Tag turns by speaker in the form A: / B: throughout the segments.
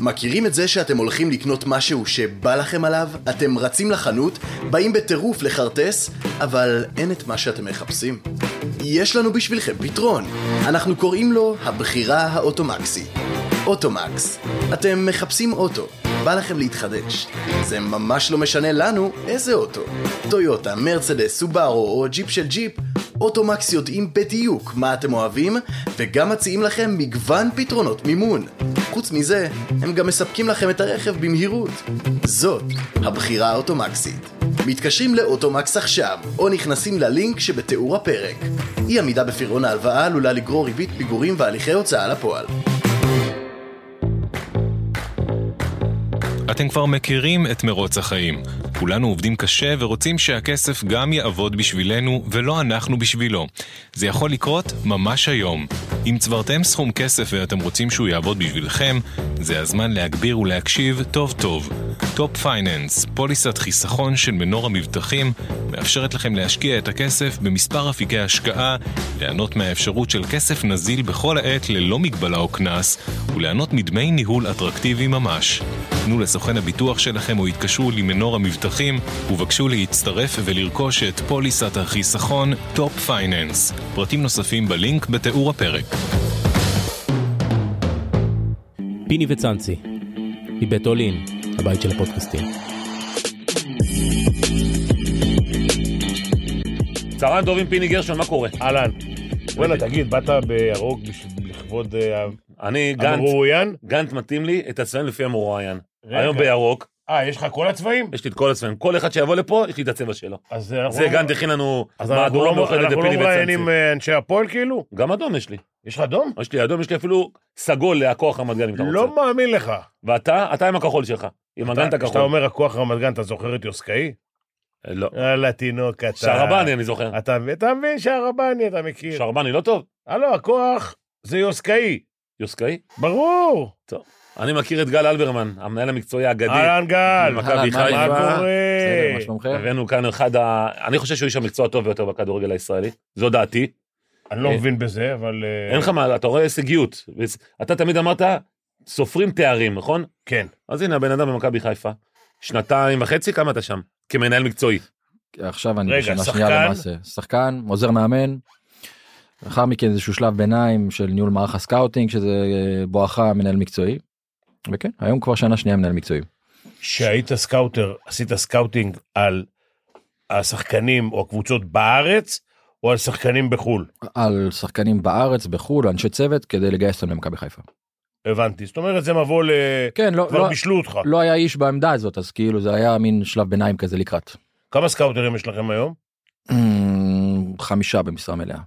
A: מכירים את זה שאתם הולכים לקנות משהו שבא לכם עליו? אתם רצים לחנות, באים בטירוף לחרטס, אבל אין את מה שאתם מחפשים? יש לנו בשבילכם פתרון. אנחנו קוראים לו הבחירה האוטומקסית. אוטומקס. אתם מחפשים אוטו, בא לכם להתחדש. זה ממש לא משנה לנו איזה אוטו. טויוטה, מרצדס, סובארו או ג'יפ של ג'יפ, אוטומקס יודעים בדיוק מה אתם אוהבים, וגם מציעים לכם מגוון פתרונות מימון. חוץ מזה, הם גם מספקים לכם את הרכב במהירות. זאת הבחירה האוטומקסית. מתקשרים לאוטומקס עכשיו, או נכנסים ללינק שבתיאור הפרק. אי עמידה בפירעון ההלוואה עלולה לגרור ריבית פיגורים והליכי הוצאה לפועל.
B: אתם כבר מכירים את מרוץ החיים. כולנו עובדים קשה ורוצים שהכסף גם יעבוד בשבילנו ולא אנחנו בשבילו. זה יכול לקרות ממש היום. אם צברתם סכום כסף ואתם רוצים שהוא יעבוד בשבילכם, זה הזמן להגביר ולהקשיב טוב טוב. טופ פייננס, פוליסת חיסכון של מנור המבטחים, מאפשרת לכם להשקיע את הכסף במספר אפיקי השקעה, ליהנות מהאפשרות של כסף נזיל בכל העת ללא מגבלה או קנס, וליהנות מדמי ניהול אטרקטיביים ממש. פנו לסוכן הביטוח שלכם או התקשרו למנור המבטחים ובקשו להצטרף ולרכוש את פוליסת החיסכון טופ פייננס. פרטים נוספים בלינק בתיאור הפרק.
C: פיני וצאנצי, מבית אולין, הבית של הפודקאסטים.
D: צהריים טובים, פיני גרשון, מה קורה?
E: אהלן. וואלה, תגיד, באת בירוק בשביל- לכבוד אה,
D: אני גנט,
E: המרואיין?
D: גנט מתאים לי את הצבעים לפי המרואיין.
E: רגע.
D: היום בירוק,
E: אה, יש לך כל הצבעים?
D: יש לי את כל הצבעים. כל אחד שיבוא לפה, יש לי את הצבע שלו.
E: אז אנחנו
D: זה
E: לא-
D: גנט הכין לנו
E: אז אנחנו
D: מהדורה
E: לא
D: מאוחדת
E: אנחנו לא
D: לפיני
E: מראיינים
D: וצנצי.
E: אה, אנשי הפועל כאילו?
D: גם אדום יש לי.
E: יש לך אדום?
D: יש לי אדום, יש לי אפילו סגול לכוח רמת גן, אם אתה
E: לא
D: רוצה.
E: מאמין לך.
D: ואתה, אתה עם הכחול שלך. עם הגנט
E: כשאתה
D: הכחול.
E: אומר הכוח רמת גן, אתה זוכר את יוסקאי?
D: לא.
E: יאללה, תינוק אתה.
D: שרבני, אני זוכר.
E: אתה מבין- אתה מבין שהרבני אתה מכיר.
D: שרבני לא טוב?
E: הלו, הכוח זה יוסקאי.
D: יוסקאי?
E: ברור.
D: אני מכיר את גל אלברמן, המנהל המקצועי האגדי.
E: אהלן גל.
D: ממכבי
F: אהלן,
D: חיפה.
E: מה
F: חיפה.
E: קורה?
F: בסדר, מה שלומכם?
D: הבאנו כאן אחד ה... אני חושב שהוא איש המקצוע הטוב ביותר בכדורגל הישראלי. זו דעתי.
E: אני לא
D: אה,
E: מבין בזה, אבל... אה,
D: אין לך מה, אתה רואה הישגיות. אתה תמיד אמרת, סופרים תארים, נכון?
E: כן.
D: אז הנה, הבן אדם במכבי חיפה. שנתיים וחצי, כמה אתה שם? כמנהל מקצועי.
F: עכשיו אני
E: רגע,
F: בשנה
E: שחקן?
F: שנייה למעשה. שחקן, עוזר מאמן. לאחר מכן איזשהו שלב ביניים של ניהול מערך הסקאוטינג שזה אה, בואכה מנהל מקצועי. וכן, היום כבר שנה שנייה מנהל מקצועי.
E: שהיית סקאוטר, עשית סקאוטינג על השחקנים או הקבוצות בארץ, או על שחקנים בחו"ל.
F: על שחקנים בארץ, בחו"ל, אנשי צוות, כדי לגייס אותם למכבי חיפה.
E: הבנתי. זאת אומרת, זה מבוא ל...
F: כן, לא,
E: כבר
F: לא,
E: בישלו אותך.
F: לא היה איש בעמדה הזאת, אז כאילו זה היה מין שלב ביניים כזה לקראת.
E: כמה סקאוטרים יש לכם היום?
F: אמ, חמישה במשרה מלאה.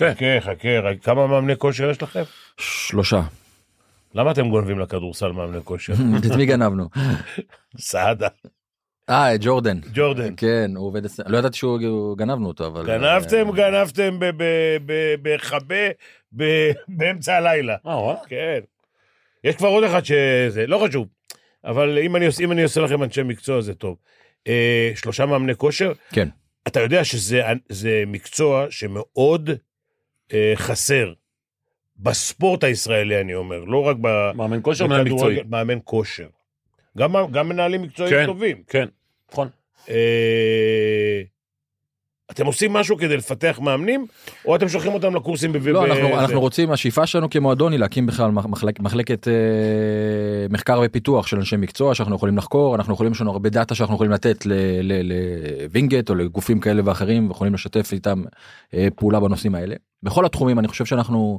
E: חכה, חכה, רק כמה מאמני כושר יש לכם?
F: שלושה.
E: למה אתם גונבים לכדורסל מאמני כושר?
F: את מי גנבנו?
E: סעדה.
F: אה, את ג'ורדן.
E: ג'ורדן.
F: כן, הוא עובד... אצל- לא ידעתי שהוא גנבנו אותו, אבל...
E: גנבתם,
F: אה,
E: גנבתם ב- ב- ב- בחבה ב- באמצע הלילה.
D: אה, וואלה.
E: כן. יש כבר עוד אחד שזה, לא חשוב. אבל אם אני, עוש- אם אני עושה לכם אנשי מקצוע זה טוב. אה, שלושה מאמני כושר,
F: כן.
E: אתה יודע שזה זה מקצוע שמאוד אה, חסר. בספורט הישראלי אני אומר, לא רק ב...
D: מאמן כושר, מנהל מקצועי.
E: בכדורגל, מאמן כושר. גם, גם מנהלים מקצועיים
D: כן.
E: טובים.
D: כן, נכון.
E: אה, אתם עושים משהו כדי לפתח מאמנים, או אתם שולחים אותם לקורסים ב...
F: לא,
E: ב-
F: אנחנו,
E: זה?
F: אנחנו רוצים, השאיפה שלנו כמועדון היא להקים בכלל מחלק, מחלקת אה, מחקר ופיתוח של אנשי מקצוע שאנחנו יכולים לחקור, אנחנו יכולים, יש לנו הרבה דאטה שאנחנו יכולים לתת ל- ל- לווינגייט או לגופים כאלה ואחרים, ויכולים לשתף איתם אה, פעולה בנושאים האלה. בכל התחומים אני חושב שאנחנו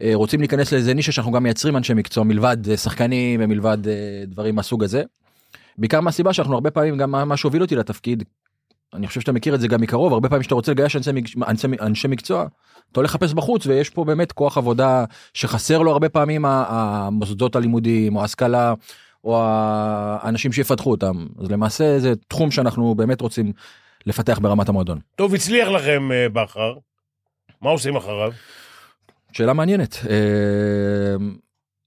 F: אה, רוצים להיכנס לאיזה נישה שאנחנו גם מייצרים אנשי מקצוע מלבד אה, שחקנים ומלבד אה, דברים מהסוג הזה. בעיקר מהסיבה שאנחנו הרבה פעמים גם מה מה שהוביל אותי לתפקיד. אני חושב שאתה מכיר את זה גם מקרוב הרבה פעמים שאתה רוצה לגייס אנשי, מק- אנשי, אנשי מקצוע אתה הולך לחפש בחוץ ויש פה באמת כוח עבודה שחסר לו הרבה פעמים ה- המוסדות הלימודים או ההשכלה או האנשים שיפתחו אותם אז למעשה זה תחום שאנחנו באמת רוצים לפתח ברמת המועדון.
E: טוב, הצליח לכם אה, בכר, מה עושים אחריו?
D: אה,
F: שאלה מעניינת. אה,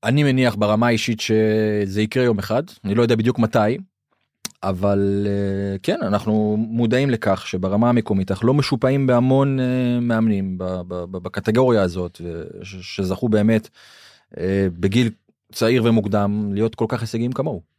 F: אני מניח ברמה האישית שזה יקרה יום אחד, אני לא יודע בדיוק מתי, אבל אה, כן, אנחנו מודעים לכך שברמה המקומית אנחנו לא משופעים בהמון אה, מאמנים ב- ב- ב- בקטגוריה הזאת, ו- ש- שזכו באמת אה, בגיל צעיר ומוקדם להיות כל כך הישגיים כמוהו.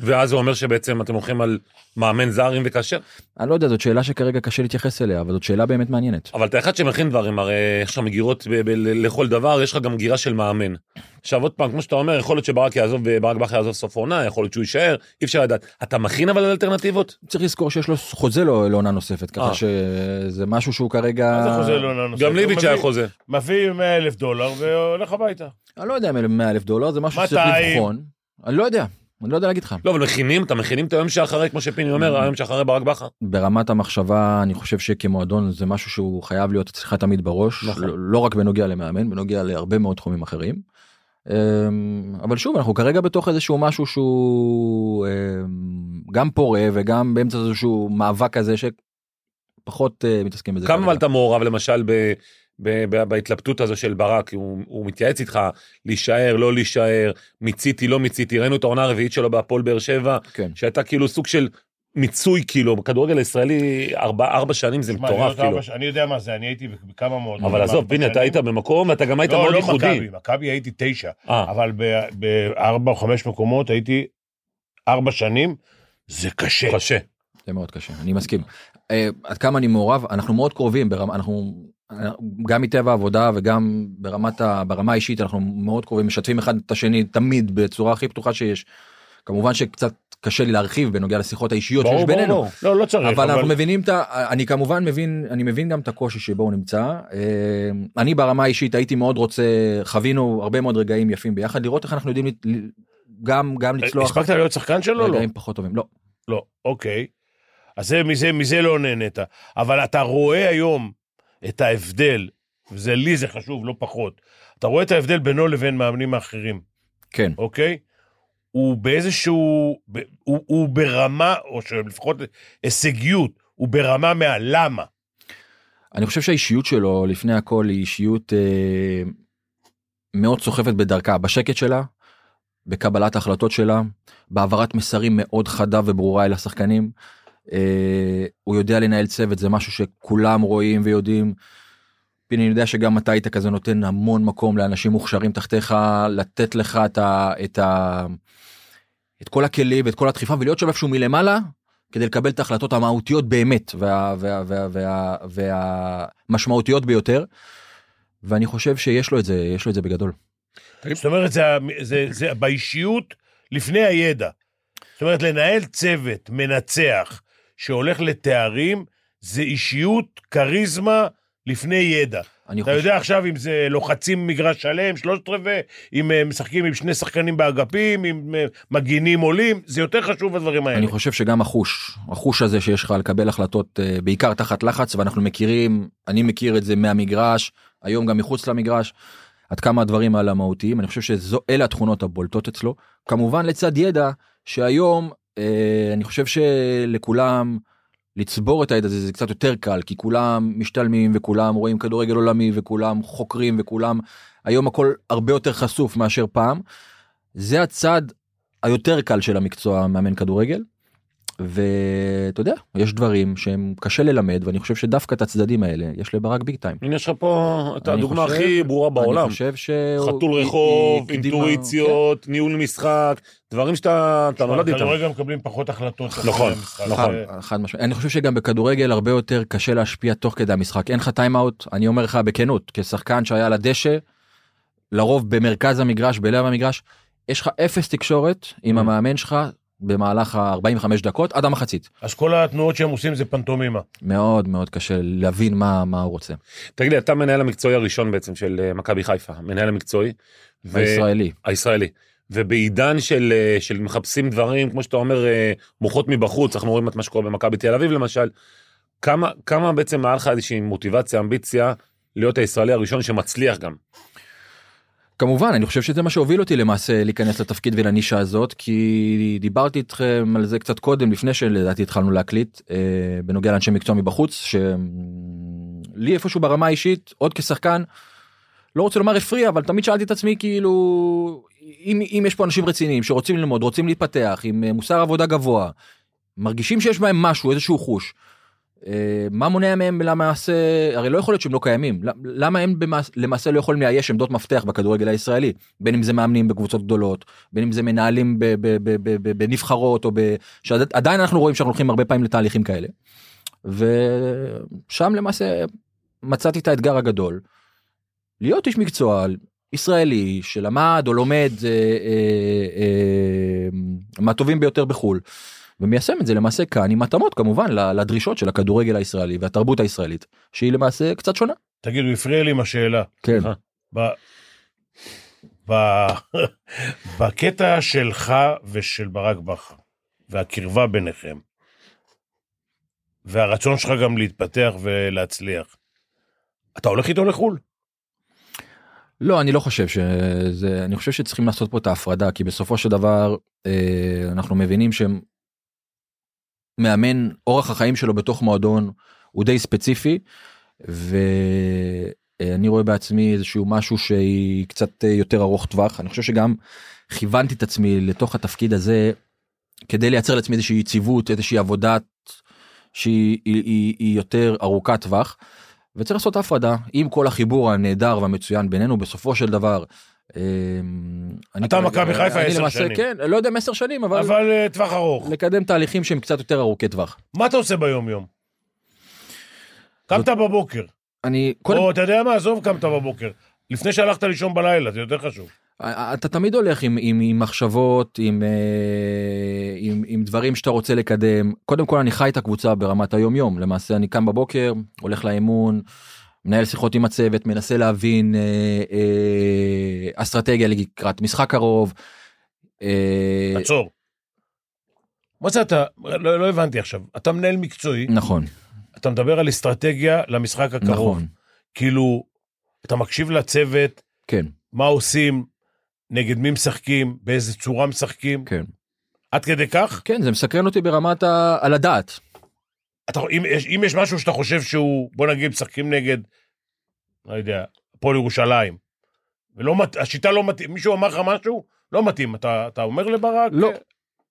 D: ואז הוא אומר שבעצם אתם הולכים על מאמן זר אם וכאשר.
F: אני לא יודע, זאת שאלה שכרגע קשה להתייחס אליה, אבל זאת שאלה באמת מעניינת.
D: אבל אתה אחד שמכין דברים, הרי יש לך מגירות ב- ב- ל- לכל דבר, יש לך גם גירה של מאמן. עכשיו עוד פעם, כמו שאתה אומר, יכול להיות שברק יעזוב וברק בכר יעזוב סוף עונה, יכול להיות שהוא יישאר, אי אפשר לדעת. אתה מכין אבל על אלטרנטיבות?
F: צריך לזכור שיש לו חוזה לא- לעונה נוספת, ככה
D: אה.
F: שזה משהו שהוא כרגע...
E: מה אה, לא זה חוזה לעונה נוספת?
D: גם ליביץ'
E: הוא
D: היה
E: מביא-
D: חוזה.
E: מביא 100 אלף דולר והולך הביתה.
F: אני לא יודע אם אלה 100 אלף דולר, זה משהו שצריך
E: 200.
F: לבחון. אני לא יודע, אני לא יודע להגיד לך.
D: לא, אבל מכינים, אתה מכינים את היום שאחרי, כמו שפיני אומר, היום שאחרי ברק בכר.
F: ברמת המחשבה, אני חושב שכמועדון זה משהו שהוא חייב להיות אצלך תמיד בראש,
D: נכון.
F: לא- לא רק בנוגע למאמן, בנוגע להרבה מאוד תחומים אחרים. אמ, אבל שוב, אנחנו כרגע בתוך איזשהו משהו שהוא אמ, גם פורה וגם באמצע איזשהו מאבק כזה שפחות אה, מתעסקים בזה.
D: כמה
F: כרגע.
D: אבל אתה מעורב למשל ב- ב- ב- בהתלבטות הזו של ברק, הוא הוא מתייעץ איתך להישאר, לא להישאר, מיציתי, לא מיציתי, ראינו את העונה הרביעית שלו בהפועל באר שבע,
F: כן.
D: שהייתה כאילו סוג של מיצוי כאילו, בכדורגל הישראלי ארבע, ארבע שנים זה
E: מה, להיות
D: מטורף כאילו.
E: ארבע ש- אני לא יודע מה זה, אני הייתי בכמה מאוד...
D: אבל עזוב, פיני, אתה היית במקום, אתה גם היית
E: לא,
D: מאוד
E: לא מכבי,
D: ייחודי.
E: מכבי הייתי תשע,
D: אה,
E: אבל ב- בארבע או חמש מקומות הייתי ארבע שנים, זה קשה.
D: קשה.
F: זה מאוד קשה, אני מסכים. אה, עד כמה אני מעורב, אנחנו מאוד קרובים, ברמה, אנחנו גם מטבע העבודה וגם ברמת ה, ברמה האישית אנחנו מאוד קרובים, משתפים אחד את השני תמיד בצורה הכי פתוחה שיש. כמובן שקצת קשה לי להרחיב בנוגע לשיחות האישיות שיש בינינו.
E: לא, לא צריך,
F: אבל
E: אבל...
F: אנחנו מבינים את ה... אני כמובן מבין, אני מבין גם את הקושי שבו הוא נמצא. אה, אני ברמה האישית הייתי מאוד רוצה, חווינו הרבה מאוד רגעים יפים ביחד, לראות איך אנחנו יודעים לת- ל- גם, גם לצלוח
E: אה, הספקת להיות שחקן שלו? לא.
F: רגעים פחות טובים. לא,
E: לא, אוקיי. אז זה, מזה, מזה לא נהנית. אבל אתה רואה היום את ההבדל, וזה לי זה חשוב, לא פחות. אתה רואה את ההבדל בינו לבין מאמנים האחרים,
F: כן.
E: אוקיי? הוא באיזשהו, ב- הוא, הוא ברמה, או שלפחות הישגיות, הוא ברמה מהלמה.
F: אני חושב שהאישיות שלו לפני הכל היא אישיות אה, מאוד סוחפת בדרכה בשקט שלה בקבלת ההחלטות שלה בהעברת מסרים מאוד חדה וברורה אל השחקנים. אה, הוא יודע לנהל צוות זה משהו שכולם רואים ויודעים. פיני אני יודע שגם אתה היית כזה נותן המון מקום לאנשים מוכשרים תחתיך לתת לך את ה... את, ה, את כל הכלים ואת כל הדחיפה ולהיות שם איפשהו מלמעלה כדי לקבל את ההחלטות המהותיות באמת וה, וה, וה, וה, וה, והמשמעותיות ביותר. ואני חושב שיש לו את זה, יש לו את זה בגדול.
E: זאת אומרת, זה, ה- זה, זה באישיות לפני הידע. זאת אומרת, לנהל צוות מנצח שהולך לתארים, זה אישיות, כריזמה, לפני ידע.
F: אני
E: אתה
F: חושב,
E: יודע עכשיו אם זה לוחצים מגרש שלם, שלושת רבעי, אם אה, משחקים עם שני שחקנים באגפים, אם אה, מגינים עולים, זה יותר חשוב הדברים האלה.
F: אני חושב שגם החוש, החוש הזה שיש לך לקבל החלטות אה, בעיקר תחת לחץ ואנחנו מכירים, אני מכיר את זה מהמגרש, היום גם מחוץ למגרש, עד כמה הדברים האלה מהותיים, אני חושב שאלה התכונות הבולטות אצלו. כמובן לצד ידע שהיום אה, אני חושב שלכולם לצבור את הידע הזה זה קצת יותר קל כי כולם משתלמים וכולם רואים כדורגל עולמי וכולם חוקרים וכולם היום הכל הרבה יותר חשוף מאשר פעם. זה הצד היותר קל של המקצוע מאמן כדורגל. ואתה יודע יש דברים שהם קשה ללמד ואני חושב שדווקא את הצדדים האלה יש לברק ביג טיים.
D: הנה יש לך פה את
F: אני
D: הדוגמה
F: חושב-
D: הכי ברורה בעולם.
F: אני חושב שהוא...
D: חתול
F: היא-
D: רחוב,
F: היא הקדימה-
D: אינטואיציות, ניהול משחק, דברים שאתה אתה
E: תשמע,
D: נולד איתם.
E: בכדורגל מקבלים פחות החלטות. אחרי
D: נכון,
E: המשחק.
F: כן,
D: נכון.
E: אה,
F: חד- חד משמעית. אני חושב שגם בכדורגל הרבה יותר קשה להשפיע תוך כדי המשחק. אין לך טיימאוט, אני אומר לך בכנות, כשחקן שהיה על הדשא, לרוב במרכז המגרש, בלב המגרש, יש לך אפס תקשורת
D: Mm.
F: עם המאמן שלך במהלך ה-45 דקות עד המחצית.
E: אז כל התנועות שהם עושים זה פנטומימה.
F: מאוד מאוד קשה להבין מה מה הוא רוצה.
D: תגיד לי, אתה מנהל המקצועי הראשון בעצם של אה, מכבי חיפה, מנהל המקצועי. ו-
F: הישראלי.
D: הישראלי. ובעידן של, אה, של מחפשים דברים, כמו שאתה אומר, אה, מוחות מבחוץ, אנחנו רואים את מה שקורה במכבי תל אביב למשל, כמה, כמה בעצם היה לך איזושהי מוטיבציה, אמביציה, להיות הישראלי הראשון שמצליח גם.
F: כמובן אני חושב שזה מה שהוביל אותי למעשה להיכנס לתפקיד ולנישה הזאת כי דיברתי איתכם על זה קצת קודם לפני שלדעתי התחלנו להקליט אה, בנוגע לאנשי מקצוע מבחוץ שלי איפשהו ברמה האישית עוד כשחקן לא רוצה לומר הפריע אבל תמיד שאלתי את עצמי כאילו אם, אם יש פה אנשים רציניים שרוצים ללמוד רוצים להתפתח עם אה, מוסר עבודה גבוה מרגישים שיש בהם משהו איזשהו חוש. אה, מה מונע מהם למעשה, הרי לא יכול להיות שהם לא קיימים, למ- למה הם במעש- למעשה לא יכולים לאייש עמדות מפתח בכדורגל הישראלי, בין אם זה מאמנים בקבוצות גדולות, בין אם זה מנהלים ב- ב- ב- ב- ב- בנבחרות, או ב... שעדיין אנחנו רואים שאנחנו הולכים הרבה פעמים לתהליכים כאלה. ושם למעשה מצאתי את האתגר הגדול. להיות איש מקצוע ישראלי שלמד או לומד אה, אה, אה, מהטובים ביותר בחו"ל ומיישם את זה למעשה כאן עם התאמות כמובן ל- לדרישות של הכדורגל הישראלי והתרבות הישראלית שהיא למעשה קצת שונה.
E: תגיד, הוא הפריע לי עם השאלה.
F: כן.
E: ב... ב... בקטע שלך ושל ברק בכר, והקרבה ביניכם, והרצון שלך גם להתפתח ולהצליח, אתה הולך איתו לחו"ל.
F: לא אני לא חושב שזה אני חושב שצריכים לעשות פה את ההפרדה כי בסופו של דבר אה, אנחנו מבינים שהם. מאמן אורח החיים שלו בתוך מועדון הוא די ספציפי ואני רואה בעצמי איזשהו משהו שהיא קצת אה, יותר ארוך טווח אני חושב שגם כיוונתי את עצמי לתוך התפקיד הזה כדי לייצר לעצמי איזושהי יציבות איזושהי עבודת שהיא היא, היא, היא יותר ארוכת טווח. וצריך לעשות הפרדה עם כל החיבור הנהדר והמצוין בינינו בסופו של דבר. אה, אני
E: אתה
F: כרגע-
E: מכבי חיפה
F: אני
E: עשר
F: למעשה-
E: שנים.
F: כן לא יודע אם עשר שנים אבל
E: אבל אה, טווח ארוך.
F: לקדם תהליכים שהם קצת יותר ארוכי טווח.
E: מה אתה עושה ביום-יום? קמת בבוקר,
F: אני קודם
E: או אתה יודע מה, עזוב, קמת בבוקר. לפני שהלכת לישון בלילה, זה יותר חשוב.
F: אה, אתה תמיד הולך עם, עם, עם מחשבות עם, אה, עם, עם דברים שאתה רוצה לקדם קודם כל אני חי את הקבוצה ברמת היום יום למעשה אני קם בבוקר הולך לאימון. מנהל שיחות עם הצוות מנסה להבין אה, אה, אסטרטגיה לקראת משחק קרוב. אה,
E: עצור. מה זה אתה, לא לא הבנתי עכשיו, אתה מנהל מקצועי,
F: נכון
E: אתה מדבר על אסטרטגיה למשחק הקרוב.
F: נכון
E: כאילו, אתה מקשיב לצוות,
F: כן
E: מה עושים, נגד מי משחקים, באיזה צורה משחקים,
F: כן
E: עד כדי כך?
F: כן זה מסקרן אותי ברמת ה, על הדעת
E: אתה, אם, יש- אם יש משהו שאתה חושב שהוא, בוא נגיד, משחקים נגד, לא יודע, הפועל ירושלים, ולא מת, השיטה לא מתאים, מישהו אמר לך משהו? לא מתאים, אתה, אתה אומר לברק?
F: לא.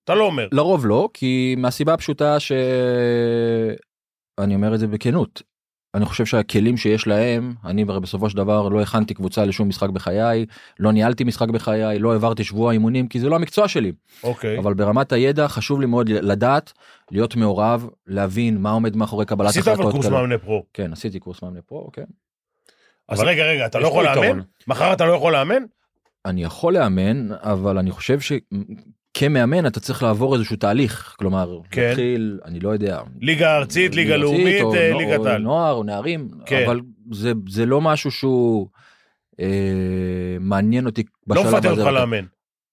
E: אתה לא אומר.
F: לרוב לא, כי מהסיבה הפשוטה ש... אני אומר את זה בכנות. אני חושב שהכלים שיש להם, אני הרי בסופו של דבר לא הכנתי קבוצה לשום משחק בחיי, לא ניהלתי משחק בחיי, לא העברתי שבוע אימונים, כי זה לא המקצוע שלי.
E: אוקיי.
F: אבל ברמת הידע חשוב לי מאוד לדעת, להיות מעורב, להבין מה עומד מאחורי קבלת
E: עשית אבל
F: החלטות.
E: קורס
F: כאלה.
E: מאמני פרו.
F: כן, עשיתי קורס מאמני פרו, כן.
E: אז
D: אבל-
E: רגע, רגע, אתה
D: יש
E: לא יכול
D: פה
E: לאמן?
D: יתרון.
E: מחר אתה לא יכול לאמן?
F: אני יכול לאמן, אבל אני חושב שכמאמן אתה צריך לעבור איזשהו תהליך, כלומר,
E: כן.
F: להתחיל, אני לא יודע,
E: ליגה ארצית, ליגה
F: ארצית,
E: לאומית,
F: או
E: אה,
F: נו-
E: ליגת
F: או לא.
E: על.
F: נוער או נערים,
E: כן.
F: אבל זה, זה לא משהו שהוא אה, מעניין אותי
E: לא
F: בשלב הזה.
E: מפטר אותך
F: לא-
E: לאמן.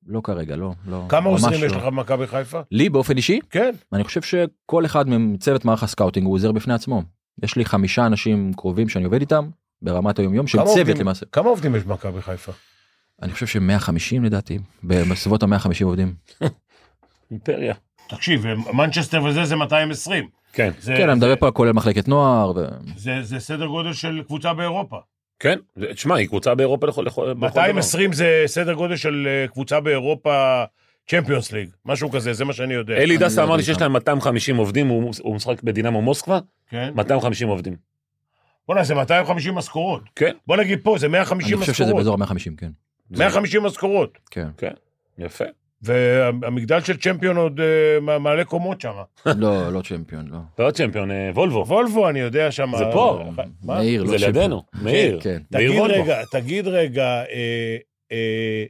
F: לא כרגע, לא. לא
E: כמה
F: ממש
E: עוזרים יש
F: לא.
E: לך במכבי חיפה?
F: לי באופן אישי,
E: כן.
F: אני חושב שכל אחד מצוות מערך הסקאוטינג הוא עוזר בפני עצמו. יש לי חמישה אנשים קרובים שאני עובד איתם ברמת היומיום שהם
E: כמה
F: צוות
E: עובדים-
F: למעשה.
E: כמה עובדים יש במכבי חיפה?
F: אני חושב ש-150 לדעתי, בסביבות ה-150
E: אה,
F: עובדים.
D: אימפריה.
E: תקשיב, אה, מנצ'סטר וזה זה 220.
D: כן.
E: זה,
F: כן, אני מדבר פה על כולל מחלקת נוער. ו-
E: זה, זה סדר גודל של קבוצה באירופה.
D: כן. זה- תשמע, היא קבוצה באירופה לכל... לכל- בכל דבר.
E: 220 זה סדר גודל של אה, קבוצה באירופה, צ'מפיונס ליג, משהו כזה, זה מה שאני כן, יודע.
D: אלי
F: אני
D: דסה
F: לא
D: אמר לי
F: יודע
D: שיש
F: שם.
D: להם 250 עובדים, הוא הוא משחק בדינמו מוסקבה,
E: כן.
D: 250 עובדים.
E: בוא'נה, זה 250 משכורות.
D: כן.
E: בוא נגיד פה, זה 150
F: אני חושב שזה
E: משכורות.
F: באזור ה-150, כן.
E: 150 משכורות.
F: כן.
D: יפה.
E: והמגדל של צ'מפיון עוד אה, מע- מעלה קומות שם.
F: לא, לא צ'מפיון, לא.
D: ועוד צ'מפיון, אה, וולבו.
E: וולבו, אני יודע שם. אה,
D: זה פה.
E: מה?
F: מאיר, לא
D: זה
F: צ'מפיון.
D: לידינו, מאיר.
F: כן.
D: מאיר
E: תגיד
D: וולבו.
E: רגע, תגיד רגע, אה, אה,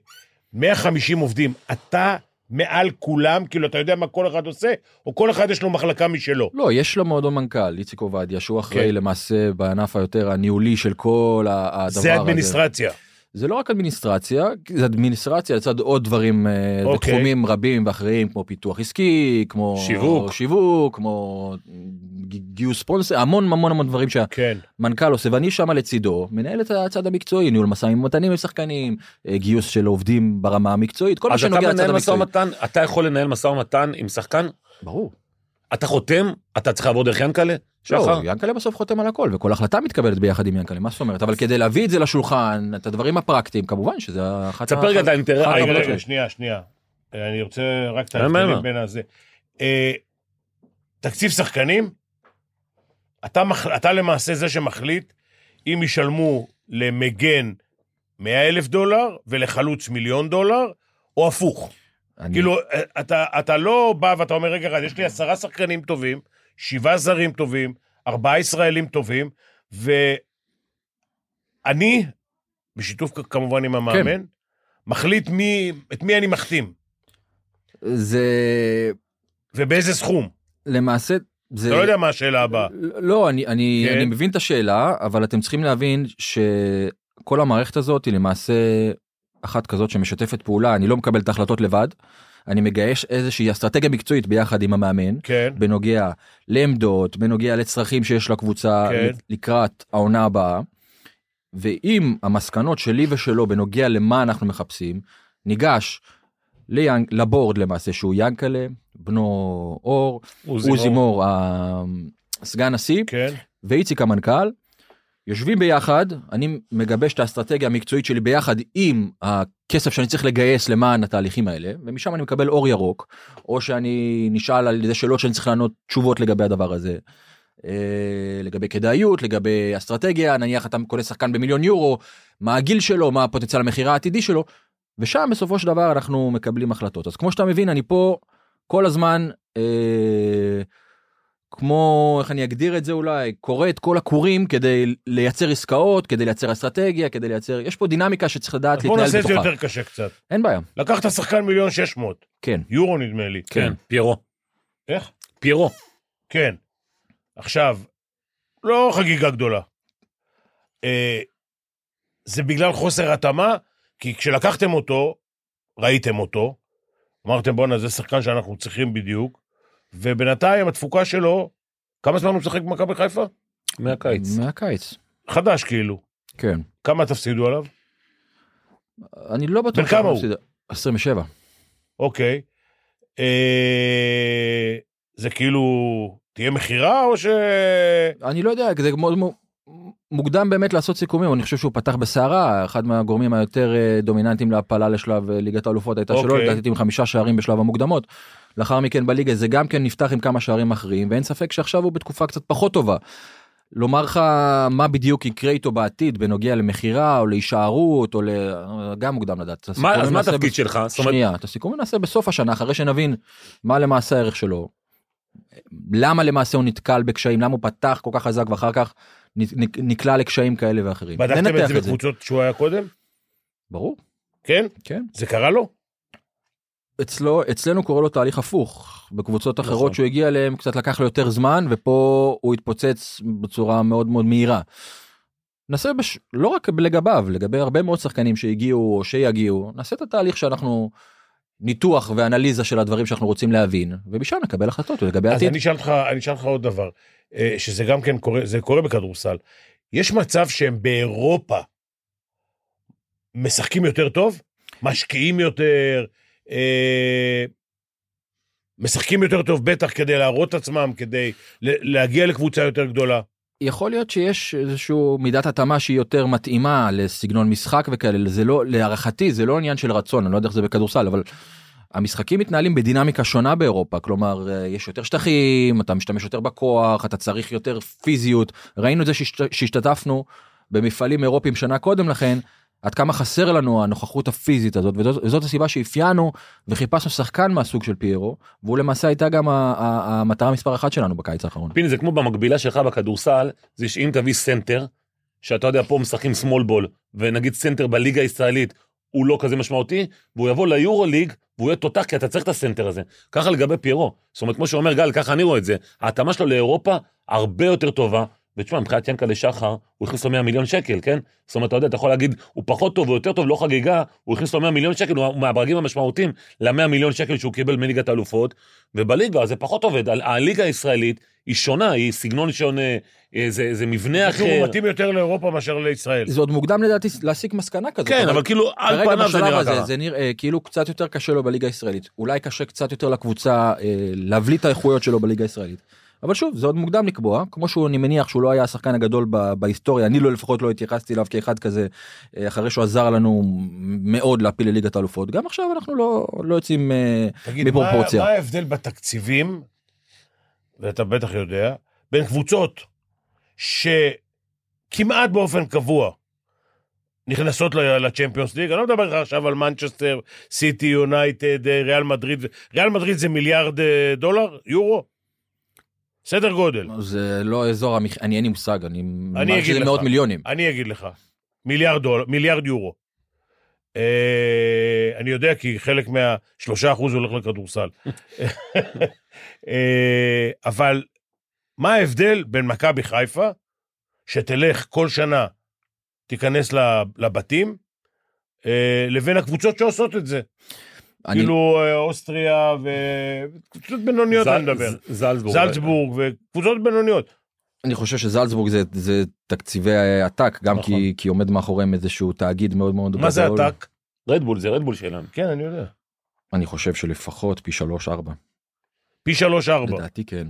E: 150 עובדים, אתה מעל כולם, כאילו, אתה יודע מה כל אחד עושה, או כל אחד יש לו מחלקה משלו?
F: לא, יש לו מועדון מנכ"ל, איציק עובדיה, שהוא אחראי
E: כן.
F: למעשה בענף היותר הניהולי של כל ה- הדבר הזה.
E: זה אדמיניסטרציה.
F: זה לא רק אדמיניסטרציה, זה אדמיניסטרציה לצד עוד דברים אה,
E: אוקיי.
F: בתחומים רבים ואחרים, כמו פיתוח עסקי, כמו
D: שיווק.
F: שיווק כמו ג- גיוס ספונסר, המון המון המון דברים
E: כן.
F: שהמנכ"ל עושה, ואני שם לצידו, מנהל את הצד המקצועי, ניהול משאים ומתנים עם שחקנים, אה, גיוס של עובדים ברמה המקצועית, כל מה
D: אז אתה
F: שנוגע לצד
D: מנהל משא
F: המקצועי.
D: ומתן, אתה יכול לנהל משא ומתן עם שחקן,
F: ברור.
D: אתה חותם, אתה צריך לעבור דרך ינקלה, שחר.
F: לא, ינקלה בסוף חותם על הכל וכל החלטה מתקבלת ביחד עם ינקלה מה זאת אומרת אבל כדי להביא את זה לשולחן את הדברים הפרקטיים כמובן שזה אחת
D: תספר רגע את האינטרס.
F: אחת
E: רגע,
F: העבודות
E: רגע,
F: שלי.
E: אה, שנייה, שנייה. אה, אני רוצה רק את
D: אין בעיה.
E: ההבדלים בין הזה. אה, תקציב שחקנים, אתה, מח... אתה למעשה זה שמחליט אם ישלמו למגן 100 אלף דולר ולחלוץ מיליון דולר, או הפוך.
F: אני-
E: כאילו, אתה, אתה לא בא ואתה אומר, רגע, רגע, יש לי עשרה שחקנים טובים, שבעה זרים טובים, ארבעה ישראלים טובים, ואני, בשיתוף כ- כמובן עם
D: כן.
E: המאמן, מחליט מי, את מי אני מחתים,
F: זה
E: ובאיזה סכום.
F: למעשה זה
E: אתה לא יודע מה השאלה הבאה.
F: לא אני אני
E: כן.
F: אני מבין את השאלה אבל אתם צריכים להבין שכל המערכת הזאת היא למעשה אחת כזאת שמשתפת פעולה אני לא מקבל את ההחלטות לבד. אני מגייש איזושהי אסטרטגיה מקצועית ביחד עם המאמן
E: כן.
F: בנוגע לעמדות, בנוגע לצרכים שיש לקבוצה
E: כן.
F: לקראת העונה הבאה. ואם המסקנות שלי ושלו בנוגע למה אנחנו מחפשים, ניגש ליאנג, לבורד למעשה, שהוא ינקלה, בנו אור, עוזי מור, ה- סגן השיא,
E: כן.
F: ואיציק המנכ"ל. יושבים ביחד, אני מגבש את האסטרטגיה המקצועית שלי ביחד עם הכסף שאני צריך לגייס למען התהליכים האלה, ומשם אני מקבל אור ירוק, או שאני נשאל על ידי שאלות שאני צריך לענות תשובות לגבי הדבר הזה. אה, לגבי כדאיות, לגבי אסטרטגיה, נניח אתה קונה שחקן במיליון יורו, מה הגיל שלו, מה הפוטנציאל המכירה העתידי שלו, ושם בסופו של דבר אנחנו מקבלים החלטות. אז כמו שאתה מבין, אני פה כל הזמן, אה, כמו, איך אני אגדיר את זה אולי, קורא את כל הכורים כדי לייצר עסקאות, כדי לייצר אסטרטגיה, כדי לייצר, יש פה דינמיקה שצריך לדעת
E: אז בואו
F: להתנהל
E: נעשה את זה
F: בתוכה.
E: יותר קשה קצת.
F: אין בעיה,
E: לקחת שחקן מיליון שש מאות,
F: כן.
E: יורו נדמה לי.
D: כן, פיירו.
E: איך?
D: פיירו.
E: כן. עכשיו, לא חגיגה גדולה. אה, זה בגלל חוסר התאמה, כי כשלקחתם אותו, ראיתם אותו, אמרתם, בואנה, זה שחקן שאנחנו צריכים בדיוק, ובינתיים התפוקה שלו, כמה זמן הוא משחק במכבי חיפה?
D: מהקיץ.
F: מהקיץ,
E: חדש כאילו.
F: כן.
E: כמה תפסידו עליו?
F: אני לא בטוח.
E: בן כמה הוא?
F: 27.
E: אוקיי. אה, זה כאילו, תהיה מכירה או ש...
F: אני לא יודע, זה מאוד מו- מוקדם באמת לעשות סיכומים, אני חושב שהוא פתח בסערה, אחד מהגורמים היותר אה, דומיננטיים להפלה לשלב אה, ליגת האלופות הייתה שלו,
E: אוקיי.
F: לדעתי עם חמישה שערים בשלב המוקדמות. לאחר מכן בליגה זה גם כן נפתח עם כמה שערים אחרים, ואין ספק שעכשיו הוא בתקופה קצת פחות טובה. לומר לך מה בדיוק יקרה איתו בעתיד בנוגע למכירה או להישארות או ל... גם מוקדם לדעת. את
D: מה-
F: הסיכומים
D: אז מה
F: נעשה
D: התפקיד
F: בס-
D: שלך? זאת אומרת,
F: שנייה, את הסיכומים נעשה בסוף השנה, אחרי שנבין מה למעשה הערך שלו, למה למעשה הוא נתקל בקשיים, למה הוא פתח כל כך חזק ואחר כך נ- נ- נקלע לקשיים כאלה ואחרים.
E: בדקתם את
F: ננתח
E: זה בקבוצות שהוא היה קודם?
F: ברור,
E: כן?
F: כן.
E: זה קרה לו?
F: אצלו, אצלנו קורה לו תהליך הפוך, בקבוצות אחרות
E: נכון.
F: שהוא הגיע אליהם קצת לקח לו יותר זמן, ופה הוא התפוצץ בצורה מאוד מאוד מהירה. נעשה בש... לא רק לגביו, לגבי הרבה מאוד שחקנים שהגיעו או שיגיעו, נעשה את התהליך שאנחנו... ניתוח ואנליזה של הדברים שאנחנו רוצים להבין, ומשם נקבל החלטות לגבי
E: אז
F: העתיד.
E: אני אשאל אותך, אני אשאל אותך עוד דבר, אה, שזה גם כן קורה, זה קורה בכדורסל. יש מצב שהם באירופה משחקים יותר טוב, משקיעים יותר, אה, משחקים יותר טוב בטח כדי להראות את עצמם, כדי ל- להגיע לקבוצה יותר גדולה.
F: יכול להיות שיש איזשהו מידת התאמה שהיא יותר מתאימה לסגנון משחק וכאלה זה לא להערכתי זה לא עניין של רצון אני לא יודע איך זה בכדורסל אבל. המשחקים מתנהלים בדינמיקה שונה באירופה כלומר אה, יש יותר שטחים אתה משתמש יותר בכוח אתה צריך יותר פיזיות ראינו את זה שהשת- שהשתתפנו במפעלים אירופיים שנה קודם לכן עד כמה חסר לנו הנוכחות הפיזית הזאת וזאת וזאת הסיבה שאפיינו וחיפשנו שחקן מהסוג של פיירו והוא למעשה הייתה גם ה- ה- המטרה מספר אחת שלנו בקיץ האחרון.
D: פיני זה כמו במקבילה שלך בכדורסל, זה שאם תביא סנטר, שאתה יודע פה משחקים סמול בול, ונגיד סנטר בליגה הישראלית הוא לא כזה משמעותי, והוא יבוא ליורו ליג והוא יהיה תותח כי אתה צריך את הסנטר הזה. ככה לגבי פיירו. זאת אומרת, כמו שאומר גל, ככה אני רואה את זה. ההתאמה שלו לאירופה הרבה יותר טובה. ותשמע, מבחינת ינקלה שחר, הוא הכניס לו 100 מיליון שקל, כן? זאת אומרת, אתה יודע, אתה יכול להגיד, הוא פחות טוב, הוא יותר טוב, לא חגיגה, הוא הכניס לו 100 מיליון שקל, הוא מהברגים המשמעותיים ל-100 מיליון שקל שהוא קיבל מליגת האלופות, ובליגה זה פחות עובד. ה- הליגה הישראלית היא שונה, היא סגנון שונה, אה, זה, זה מבנה
E: כאילו,
D: אחר.
E: הוא מתאים יותר לאירופה מאשר לישראל.
F: זה עוד מוקדם לדעתי להסיק מסקנה כזאת.
D: כן, אבל כאילו, על
F: כרגע
D: פניו זה
F: בשלב
D: נראה
F: הזה
D: ככה.
F: זה נראה כאילו קצת יותר קשה לו בליגה הישראלית. אולי קשה קצת יותר לקבוצה אה, להבליט את האיכויות שלו בליגה הישראלית. אבל שוב, זה עוד מוקדם לקבוע, כמו שהוא, אני מניח שהוא לא היה השחקן הגדול ב- בהיסטוריה, אני לא לפחות לא התייחסתי אליו כאחד כזה, אה, אחרי שהוא עזר לנו מאוד להפיל לליגת האלופות, גם עכשיו אנחנו לא, לא יוצאים אה,
E: תגיד, מה,
F: מפרופורציה.
E: מה ההבדל בתקציבים, ואתה בטח יודע, בין קבוצות שכמעט באופן קבוע נכנסות ל- לצ'מפיונס ליג, אני לא מדבר לך עכשיו על מנצ'סטר, סיטי, יונייטד, אה, ריאל מדריד, ריאל מדריד זה מיליארד אה, דולר? יורו? סדר גודל.
F: זה לא אזור המח... אני אין לי מושג, אני מעריך
E: אגיד
F: שזה
E: לך.
F: מאות מיליונים.
E: אני אגיד לך, מיליארד, דולר, מיליארד יורו. אה, אני יודע כי חלק מהשלושה אחוז הולך לכדורסל. אה, אבל מה ההבדל בין מכבי חיפה, שתלך כל שנה, תיכנס לב- לבתים, אה, לבין הקבוצות שעושות את זה?
F: אני-
E: כאילו אה, אוסטריה וקבוצות בינוניות אני מדבר.
D: ז- זלצבורג.
E: זלצבורג וקבוצות בינוניות.
F: אני חושב שזלצבורג זה, זה תקציבי אה, עתק, גם
E: נכון.
F: כי, כי עומד מאחוריהם איזשהו תאגיד מאוד מאוד
E: מה זה
F: גדול.
E: עתק?
D: רדבול זה רדבול שלנו.
E: כן, אני יודע.
F: אני חושב שלפחות פי 3-4,
E: פי שלוש ארבע.
F: לדעתי כן,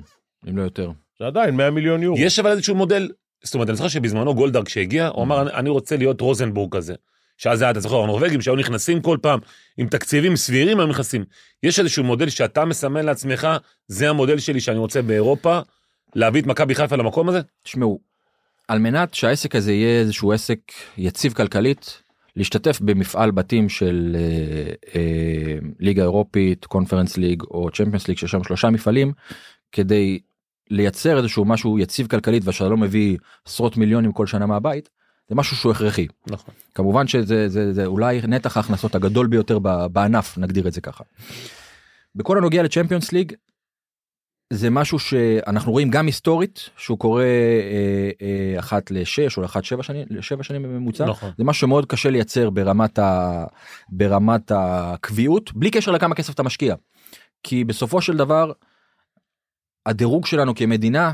F: אם לא יותר.
E: זה עדיין 100 מיליון יורו.
D: יש אבל איזשהו מודל, זאת אומרת, אני זוכר שבזמנו גולדהר כשהגיע, הוא אמר, "אני- אני רוצה להיות רוזנבורג כזה. שאז היה, אתה זוכר, הנורבגים שהיו נכנסים כל פעם, עם תקציבים סבירים היו נכנסים. יש איזשהו מודל שאתה מסמן לעצמך, זה המודל שלי שאני רוצה באירופה, להביא את מכבי חיפה למקום הזה?
E: כן.
F: תשמעו, על מנת שהעסק הזה יהיה איזשהו עסק יציב כלכלית, להשתתף במפעל בתים של אה, אה, ליגה אירופית, קונפרנס ליג או צ'מפיונס ליג, שיש שם שלושה מפעלים, כדי לייצר איזשהו משהו יציב כלכלית ושלא מביא עשרות מיליונים כל שנה מהבית, זה משהו שהוא הכרחי.
D: נכון.
F: כמובן שזה זה, זה אולי נתח ההכנסות הגדול ביותר ב- בענף נגדיר את זה ככה. בכל הנוגע לצ'מפיונס ליג זה משהו שאנחנו רואים גם היסטורית שהוא קורה אה, אה, אחת לשש או לאחת שבע שנים לשבע שנים בממוצע
D: נכון.
F: זה משהו שמאוד קשה לייצר ברמת ה... ברמת הקביעות בלי קשר לכמה כסף אתה משקיע. כי בסופו של דבר הדירוג שלנו כמדינה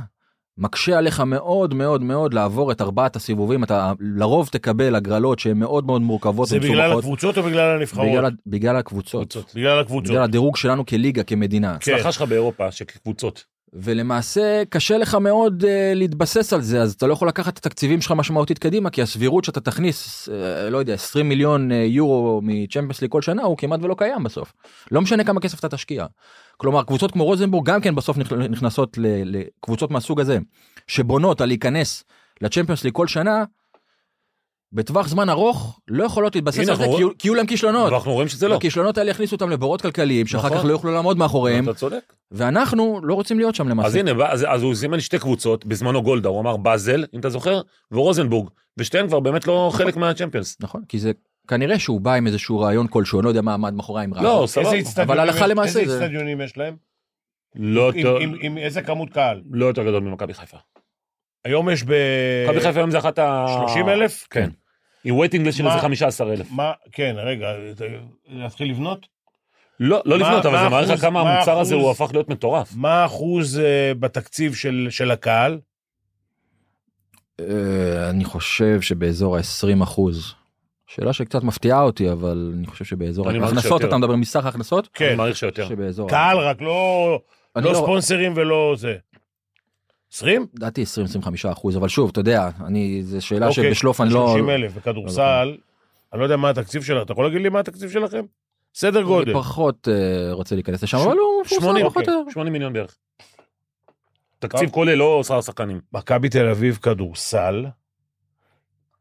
F: מקשה עליך מאוד מאוד מאוד לעבור את ארבעת הסיבובים אתה לרוב תקבל הגרלות שהן מאוד מאוד מורכבות
E: זה בגלל
F: ומסובכות.
E: הקבוצות או בגלל
F: בגלל, ה-
E: הנבחרות?
F: בגלל הקבוצות.
E: בגלל הקבוצות.
F: בגלל הדירוג שלנו כליגה כמדינה
E: כן.
D: ההצלחה שלך באירופה, שכקבוצות.
F: ולמעשה קשה לך מאוד uh, להתבסס על זה אז אתה לא יכול לקחת את התקציבים שלך משמעותית קדימה כי הסבירות שאתה תכניס uh, לא יודע 20 מיליון uh, יורו מצ'מפיונס ליג כל שנה הוא כמעט ולא קיים בסוף. לא משנה כמה כסף אתה תשקיע. כלומר קבוצות כמו רוזנבורג גם כן בסוף נכ- נכנסות ל- לקבוצות מהסוג הזה שבונות על להיכנס לצ'מפיונס ליג כל שנה. בטווח זמן ארוך לא יכולות להתבסס
D: הנה,
F: על זה
D: אנחנו
F: כי יהיו- כי יהיו להם כישלונות.
D: אבל אנחנו רואים שזה לא.
F: הכישלונות האלה יכניסו אותם לבורות כלכליים שאחר
D: נכון.
F: כך לא יוכלו לעמוד מאחוריהם
D: אתה צודק.
F: ואנחנו לא רוצים להיות שם למעשה.
D: אז הנה, בא- אז אז הוא זימן שתי קבוצות, בזמנו גולדהר, הוא אמר באזל, אם אתה זוכר, ורוזנבורג, ושתיהן כבר באמת לא חלק מהצ'מפיונס.
F: נכון, כי זה כנראה שהוא בא עם איזשהו רעיון כלשהו, אני לא יודע מה עמד מאחורי האמרה.
D: לא,
F: הזאת.
D: סבבה.
E: אה, איזה אצטדיונים
F: הלכה
E: יש-
F: למעשה
E: איזה
F: זה-
E: אצטדיונים יש להם?
D: לא יותר-
E: עם- אה, עם- עם איזה כמות קהל?
D: לא יותר גדול ממכבי חיפה.
E: היום יש ב...
D: מכבי חיפה היום זה אחת ה...
E: 30 אלף?
D: כן. עם וייטינג לסט של
E: מה-
D: איזה 15 אלף.
E: מה, כן, רגע, ת- להתחיל לבנות?
D: לא, לא
E: מה-
D: לבנות, אבל
E: מה
D: זה מראה לך
E: האחוז-
D: כמה
E: מה
D: המוצר הזה
E: האחוז?
D: הוא הפך להיות מטורף.
E: מה האחוז אה, בתקציב של- של הקהל?
F: אה, אני חושב שבאזור ה-20 אחוז. שאלה שקצת מפתיעה אותי, אבל אני חושב שבאזור
D: אני מעריך
F: ההכנסות,
D: שיותר.
F: אתה מדבר מסך ההכנסות?
D: אני
E: כן,
D: מעריך שיותר.
F: שבאזור...
E: קהל רק, לא
F: אני
E: לא ספונסרים ולא זה. 20?
F: לדעתי 20-25 אחוז, אבל שוב, אתה יודע, אני, זו שאלה
E: אוקיי,
F: שבשלוף אני לא...
E: 30 אלף בכדורסל, אני לא יודע מה התקציב שלך, אתה יכול להגיד לי מה התקציב שלכם? סדר גודל.
F: אני פחות אה, רוצה להיכנס לשם,
D: ש- אוקיי.
F: אבל הוא מפורסם
D: 80,
F: פחות אה, או יותר.
D: 80 מיליון בערך. תקציב כולל, לא שכר שחקנים.
E: מכבי תל אביב כדורסל,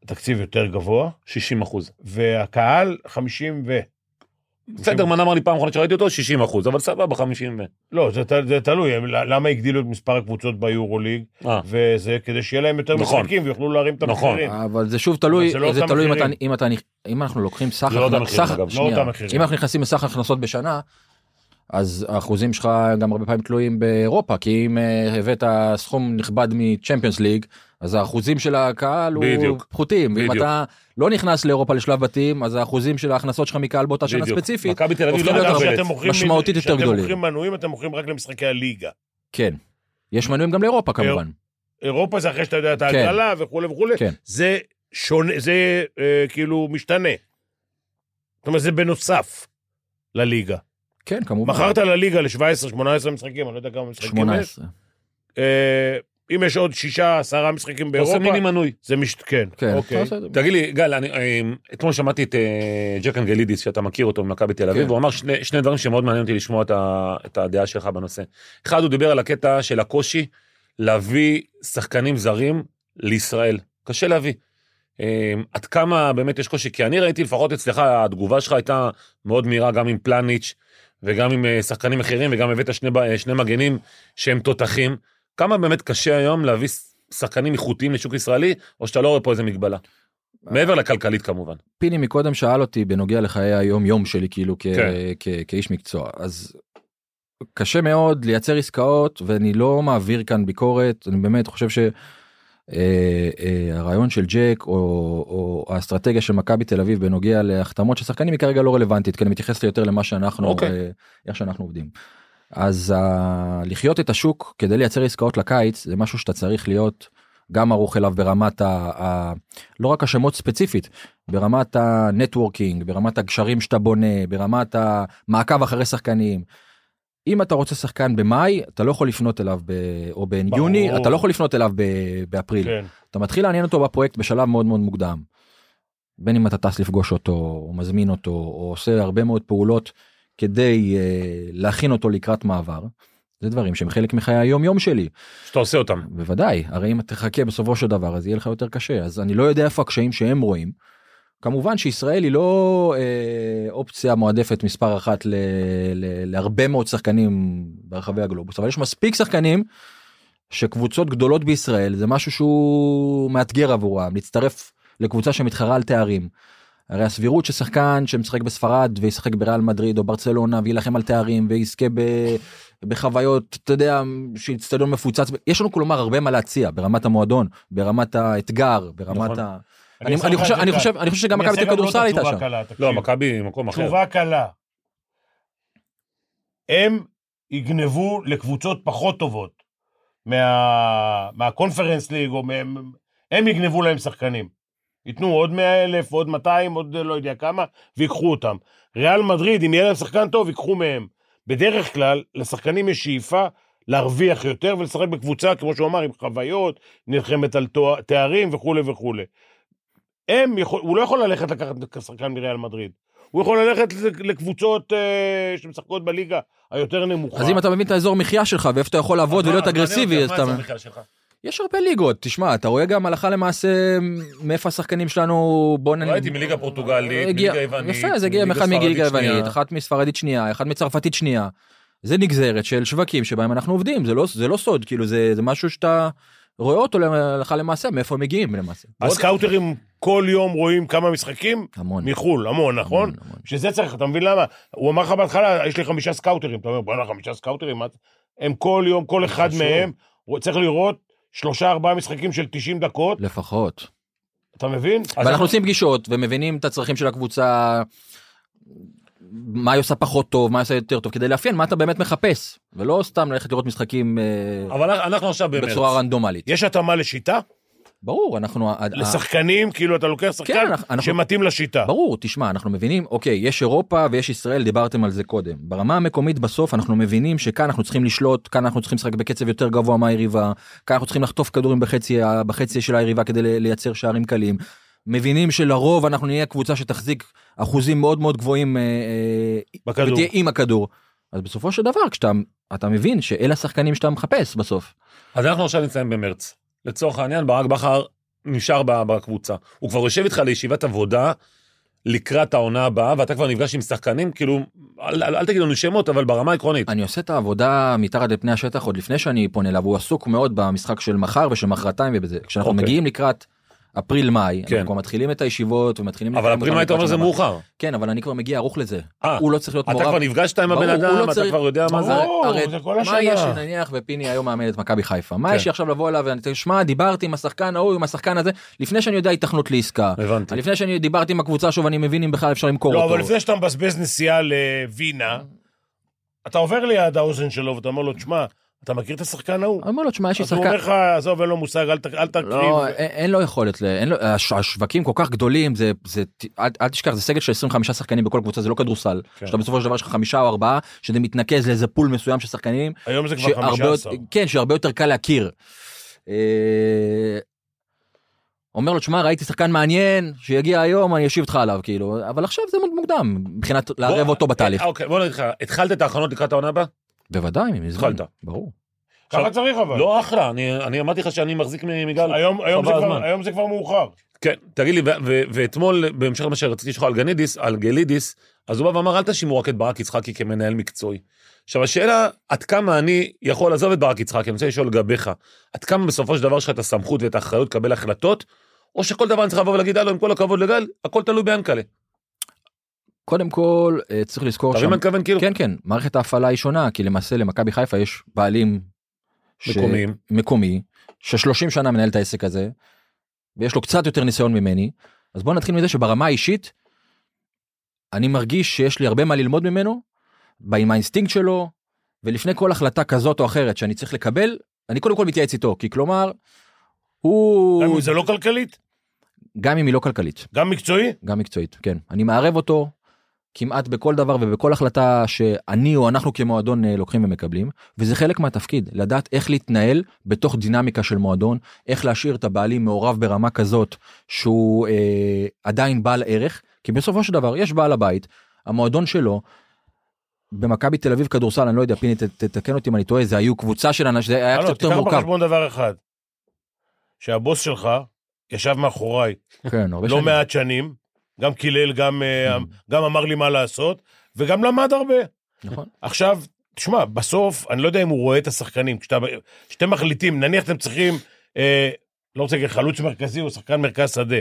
E: תקציב יותר גבוה,
D: 60 אחוז.
E: והקהל 50 ו...
D: בסדר, מנה אמר לי פעם אחרונה שראיתי אותו, 60 אחוז, אבל סבבה, 50 ו...
E: לא, זה, ת- זה תלוי, הם- למה הגדילו את מספר הקבוצות ביורוליג,
D: אה,
E: וזה כדי שיהיה להם יותר
D: נכון.
E: משחקים ויוכלו להרים את
D: נכון.
E: המחירים.
F: אבל זה שוב תלוי,
E: כן. זה לא
F: זה
E: אותם
F: תלוי אם אתה,
E: מחירים.
F: אם אתה, אם אנחנו לוקחים סך,
D: זה לא אותם
F: הכנס-
D: מחירים,
F: סך-
D: אגב. לא
F: שנייה.
E: אותם מחירים.
F: אם אנחנו נכנסים לסך הכנסות בשנה, אז האחוזים שלך גם הרבה פעמים תלויים באירופה, כי אם אה, הבאת סכום נכבד מצ'מפיונס ליג, אז האחוזים של הקהל הוא
D: בדיוק.
F: פחותים, ואם
D: בדיוק.
F: אתה לא נכנס לאירופה לשלב בתים, אז האחוזים של ההכנסות שלך מקהל באותה שנה
D: בדיוק.
F: ספציפית,
D: מכבי תל אביב
F: הופכים
D: לא
F: להיות הרבה-
D: מקבלת.
E: כשאתם מוכרים-
F: משמעותית יותר
E: כשאתם
F: גדולים.
E: מוכרים מנויים, אתם מוכרים רק למשחקי הליגה.
F: כן. יש מנויים גם לאירופה כמובן.
E: אירופה זה אחרי שאתה יודע את
F: כן.
E: ההגרלה וכולי וכולי.
F: כן.
E: זה שונה, זה אה, כאילו משתנה. זאת אומרת, זה בנוסף לליגה.
F: כן, כמובן.
E: מכרת לליגה ל-17-18 משחקים, אני לא יודע כמה משחקים יש.
F: 18.
E: אה, אם יש עוד שישה, עשרה משחקים
D: אתה עושה
E: באירופה,
D: מיני מנוי.
E: זה משת... כן,
F: כן.
E: אוקיי.
F: אתה עושה-
D: תגיד לי, גל, אני, אה, אתמול שמעתי את אה, ג'ק אנגלידיס, שאתה מכיר אותו ממכבי תל אביב,
F: כן.
D: הוא אמר שני, שני דברים שמאוד מעניין אותי לשמוע את, ה, את הדעה שלך בנושא. אחד, הוא דיבר על הקטע של הקושי להביא שחקנים זרים לישראל. קשה להביא. אה, עד כמה באמת יש קושי? כי אני ראיתי, לפחות אצלך, התגובה שלך הייתה מאוד מהירה, גם עם פלניץ' וגם עם אה, שחקנים אחרים, וגם הבאת שני, ב- אה, שני מגנים שהם תותחים. כמה באמת קשה היום להביא ס- שחקנים איכותיים לשוק ישראלי, או שאתה לא רואה פה איזה מגבלה? מעבר לכלכלית כמובן.
F: פיני מקודם שאל אותי בנוגע לחיי היום יום שלי כאילו כ-
D: כן.
F: כ- כאיש מקצוע אז קשה מאוד לייצר עסקאות ואני לא מעביר כאן ביקורת אני באמת חושב שהרעיון של ג'ק או, או האסטרטגיה של מכבי תל אביב בנוגע להחתמות של שחקנים היא כרגע לא רלוונטית כי אני מתייחס יותר למה שאנחנו
D: אוקיי.
F: אה, איך שאנחנו עובדים. אז ה- לחיות את השוק כדי לייצר עסקאות לקיץ זה משהו שאתה צריך להיות גם ערוך אליו ברמת ה... ה לא רק השמות ספציפית, ברמת הנטוורקינג, ברמת הגשרים שאתה בונה, ברמת המעקב אחרי שחקנים. אם אתה רוצה שחקן במאי, אתה לא יכול לפנות אליו ב... או ביוני,
E: ברור.
F: אתה לא יכול לפנות אליו ב... באפריל.
E: כן.
F: אתה מתחיל לעניין אותו בפרויקט בשלב מאוד מאוד מוקדם. בין אם אתה טס לפגוש אותו, או מזמין אותו, או עושה הרבה מאוד פעולות כדי אה, להכין אותו לקראת מעבר. זה דברים שהם חלק מחיי היום יום שלי.
D: שאתה עושה אותם.
F: בוודאי, הרי אם תחכה בסופו של דבר אז יהיה לך יותר קשה, אז אני לא יודע איפה הקשיים שהם רואים. כמובן שישראל היא לא אה, אופציה מועדפת מספר אחת ל, ל, להרבה מאוד שחקנים ברחבי הגלובוס, אבל יש מספיק שחקנים שקבוצות גדולות בישראל זה משהו שהוא מאתגר עבורם, להצטרף לקבוצה שמתחרה על תארים. הרי הסבירות ששחקן שמשחק בספרד וישחק בריאל מדריד או ברצלונה ויילחם על תארים ויזכה ב... בחוויות אתה יודע שאיצטדיון מפוצץ יש לנו כלומר הרבה מה להציע ברמת המועדון ברמת האתגר ברמת
D: נכון.
F: ה...
E: אני
F: אני
E: אעשה
F: אני
E: לך
F: חושב
E: את זה
F: אני
E: קל.
F: חושב אני חושב שגם
E: אני
F: מכבי
E: אעשה
F: תל
E: גם לו את
F: כדורסל הייתה
E: התשובה
F: שם.
E: קלה, תקשיב.
D: לא, מכבי במקום אחר.
E: תשובה קלה. הם יגנבו לקבוצות פחות טובות מה... מהקונפרנס ליג, או מהם... הם יגנבו להם שחקנים. ייתנו עוד 100 אלף, עוד 200, עוד לא יודע כמה, ויקחו אותם. ריאל מדריד, אם יהיה להם שחקן טוב, ייקחו מהם. בדרך כלל, לשחקנים יש שאיפה להרוויח יותר ולשחק בקבוצה, כמו שהוא אמר, עם חוויות, נלחמת על תואר- תארים וכולי וכולי. הם יכול, הוא לא יכול ללכת לקחת שחקן מריאל מדריד. הוא יכול ללכת לקבוצות אה, שמשחקות בליגה היותר נמוכה.
F: אז אם אתה מבין את האזור מחיה שלך ואיפה אתה יכול לעבוד ולהיות אגרסיבי אז אתה יש הרבה ליגות תשמע אתה רואה גם הלכה למעשה מאיפה השחקנים שלנו בוא נ-
D: ראיתי לא מליגה פורטוגלית,
F: הגיע-
D: מליגה יוונית.
F: יפה, זה הגיע אחד
D: ספרדית
F: מליגה
D: שנייה.
F: יוונית, אחת מספרדית שנייה, אחת מצרפתית שנייה. זה נגזרת של שווקים שבהם אנחנו עובדים, זה לא, זה לא סוד, כאילו זה, זה משהו שאתה רואה אותו הלכה למעשה, מאיפה הם מגיעים למעשה.
E: הסקאוטרים כל יום רואים כמה משחקים
F: המון.
E: מחו"ל, המון, נכון?
F: המון, המון.
E: שזה צריך, אתה מבין למה? הוא אמר לך בהתחלה, יש לי חמישה סקאוטרים. אתה אומר, בואנה, חמישה סקאוטרים? מה זה?" הם כל יום, כל אחד
D: חשוב.
E: מהם, הוא צריך לראות שלושה, ארבעה משחקים של 90 דקות,
F: לפחות.
E: אתה מבין? אז
F: ואנחנו עושים פגישות ומבינים את הצרכים של הקבוצה, מה היא עושה פחות טוב, מה היא עושה יותר טוב, כדי לאפיין מה אתה באמת מחפש, ולא סתם ללכת לראות משחקים אה,
D: אבל אנחנו עכשיו
F: בצורה
D: במרץ.
F: רנדומלית.
E: יש התאמה לשיטה?
F: אה. ברור, אנחנו... ה- ה-
E: לשחקנים, כאילו אתה לוקח שחקן
F: כן, אנחנו-
E: שמתאים לשיטה.
F: ברור, תשמע, אנחנו מבינים, אוקיי, יש אירופה ויש ישראל, דיברתם על זה קודם. ברמה המקומית בסוף אנחנו מבינים שכאן אנחנו צריכים לשלוט, כאן אנחנו צריכים לשחק בקצב יותר גבוה מהיריבה, כאן אנחנו צריכים לחטוף כדורים בחצי, ה- בחצי של היריבה כדי ל- לייצר שערים קלים. מבינים שלרוב אנחנו נהיה קבוצה שתחזיק אחוזים מאוד מאוד גבוהים אה, אה,
E: בכדור.
F: ותהיה עם הכדור. אז בסופו של דבר, כשאתה אתה מבין שאלה השחקנים שאתה מחפש בסוף.
D: אז אנחנו עכשיו נמצאים במרץ. לצורך העניין, ברק בכר נשאר ב- בקבוצה. הוא כבר יושב איתך לישיבת עבודה לקראת העונה הבאה, ואתה כבר נפגש עם שחקנים, כאילו, אל אל- אל תגיד לנו שמות, אבל ברמה העקרונית.
F: אני עושה את העבודה מתחת לפני השטח עוד לפני שאני פונה אליו, הוא עסוק מאוד במשחק של מחר ושל מחרתיים ובזה. כשאנחנו
D: אוקיי.
F: מגיעים לקראת אפריל-מאי,
D: כן.
F: אנחנו כבר מתחילים את הישיבות ומתחילים...
D: אבל
F: לקיים
D: אפריל
F: אותם
D: מה היית אומר
F: לקראת
D: זה
F: שנה הבאה.
D: מאוחר.
F: כן, אבל אני כבר מגיע ערוך לזה.
D: אה,
F: הוא לא צריך להיות
D: אתה
F: מעורב.
D: כבר נפגשת עם הבן
F: ברור, הוא לא
D: אדם, אתה
F: צריך-
D: כבר יודע מה זה.
E: ברור,
F: הרי-
E: זה כל
F: מה
E: השנה.
F: יש לי נניח ופיני היום מאמן את מכבי חיפה? מה
D: כן.
F: יש לי עכשיו לבוא אליו ואני תשמע, דיברתי עם השחקן ההוא, עם השחקן הזה, לפני שאני יודע היתכנות לעסקה.
D: הבנתי.
F: לפני שאני דיברתי עם הקבוצה שוב, אני מבין אם בכלל אפשר למכור
E: לא,
F: אותו.
E: אבל לפני שאתה מבזבז נסיעה לווינה, אתה עובר ליד האוזן שלו ואתה אומר לו, תשמע, אתה מכיר את השחקן ההוא?
F: אני אומר לו, תשמע, יש לי
E: אז הוא
F: שחקן...
E: אומר לך, עזוב, אין לו מושג, אל ת- אל
D: אה,
F: לא,
E: תקריב.
F: אין, אין לו יכולת, ל, אין לו, אה, הש, השווקים כל כך גדולים, זה, זה, אל, אל תשכח, זה סגל של 25 שחקנים בכל קבוצה, זה לא כדורסל,
D: כן.
F: שאתה בסופו של דבר יש לך חמישה או ארבעה, שזה מתנקז לאיזה פול מסוים של שחקנים,
E: היום זה כבר
F: שהרבה, יותר-
E: 15.
F: כן, שהרבה יותר קל להכיר. אה, אומר לו, תשמע, ראיתי שחקן מעניין, שיגיע היום, אני אשיב איתך עליו, כאילו, אבל עכשיו זה מאוד מוקדם, מבחינת לערב
D: בוא-
F: אותו בתהליך.
D: אה, אוקיי, בוא נגיד לך, התחלת את ההכנות לקראת העונה הבאה?
F: בוודאי, מזמן.
D: התחלת.
F: ברור.
E: ככה
D: עכשיו-
E: צריך אבל.
D: לא אחלה, אני, אני אמרתי לך שאני מחזיק מ- מגל.
E: היום- היום זה
D: חבל
E: כבר-
D: הזמן.
E: היום זה כבר מאוחר.
D: כן, תגיד לי, ו- ו- ואתמול, בהמשך למה שרציתי לשאול על גנידיס, על גלידיס, אז הוא בא ואמר, אל תאשימו רק את ברק יצחקי כמנהל מקצועי. עכשיו, השאלה, עד כמה אני יכול לעזוב את ברק יצחקי, אני רוצה לשאול לגביך, עד כמה בסופו של דבר יש לך את הסמכות ואת האחריות לקבל החלטות, או שכל דבר אני צריך לבוא ולהגיד, הלו, עם כל הכבוד לגל, הכל תלוי ביאנקלה.
F: קודם כל אה, צריך לזכור
D: אתה מבין מה
F: שם,
D: אני מתכוון? כאילו,
F: כן כן מערכת ההפעלה היא שונה כי למעשה למכבי חיפה יש בעלים ש-
D: מקומיים.
F: מקומי ש30 שנה מנהל את העסק הזה ויש לו קצת יותר ניסיון ממני אז בוא נתחיל מזה שברמה האישית אני מרגיש שיש לי הרבה מה ללמוד ממנו ב- עם האינסטינקט שלו ולפני כל החלטה כזאת או אחרת שאני צריך לקבל אני קודם כל מתייעץ איתו כי
E: גם
F: כלומר
E: אם
F: הוא
E: זה לא כלכלית,
F: גם אם היא לא כלכלית
E: גם מקצועי.
F: גם מקצועית כן אני מערב אותו כמעט בכל דבר ובכל החלטה שאני או אנחנו כמועדון אה, לוקחים ומקבלים וזה חלק מהתפקיד לדעת איך להתנהל בתוך דינמיקה של מועדון איך להשאיר את הבעלים מעורב ברמה כזאת שהוא אה, עדיין בעל ערך כי בסופו של דבר יש בעל הבית המועדון שלו. במכבי תל אביב כדורסל אני לא יודע פיני ת- תתקן אותי אם אני טועה זה היו קבוצה של אנשים זה היה
E: הלו,
F: קצת
E: לא,
F: יותר
E: תיקח
F: מורכב.
E: בחשבון דבר אחד, שהבוס שלך ישב מאחוריי
F: כן, הרבה
E: לא
F: שנים. Hmm.
E: מעט שנים, גם קילל, גם, אה, גם אמר לי מה לעשות, וגם למד הרבה.
F: נכון.
E: עכשיו, תשמע, בסוף, אני לא יודע אם הוא רואה את השחקנים, כשאתה- כשאתם מחליטים, נניח אתם צריכים, אה, לא רוצה להגיד חלוץ מרכזי או שחקן מרכז שדה,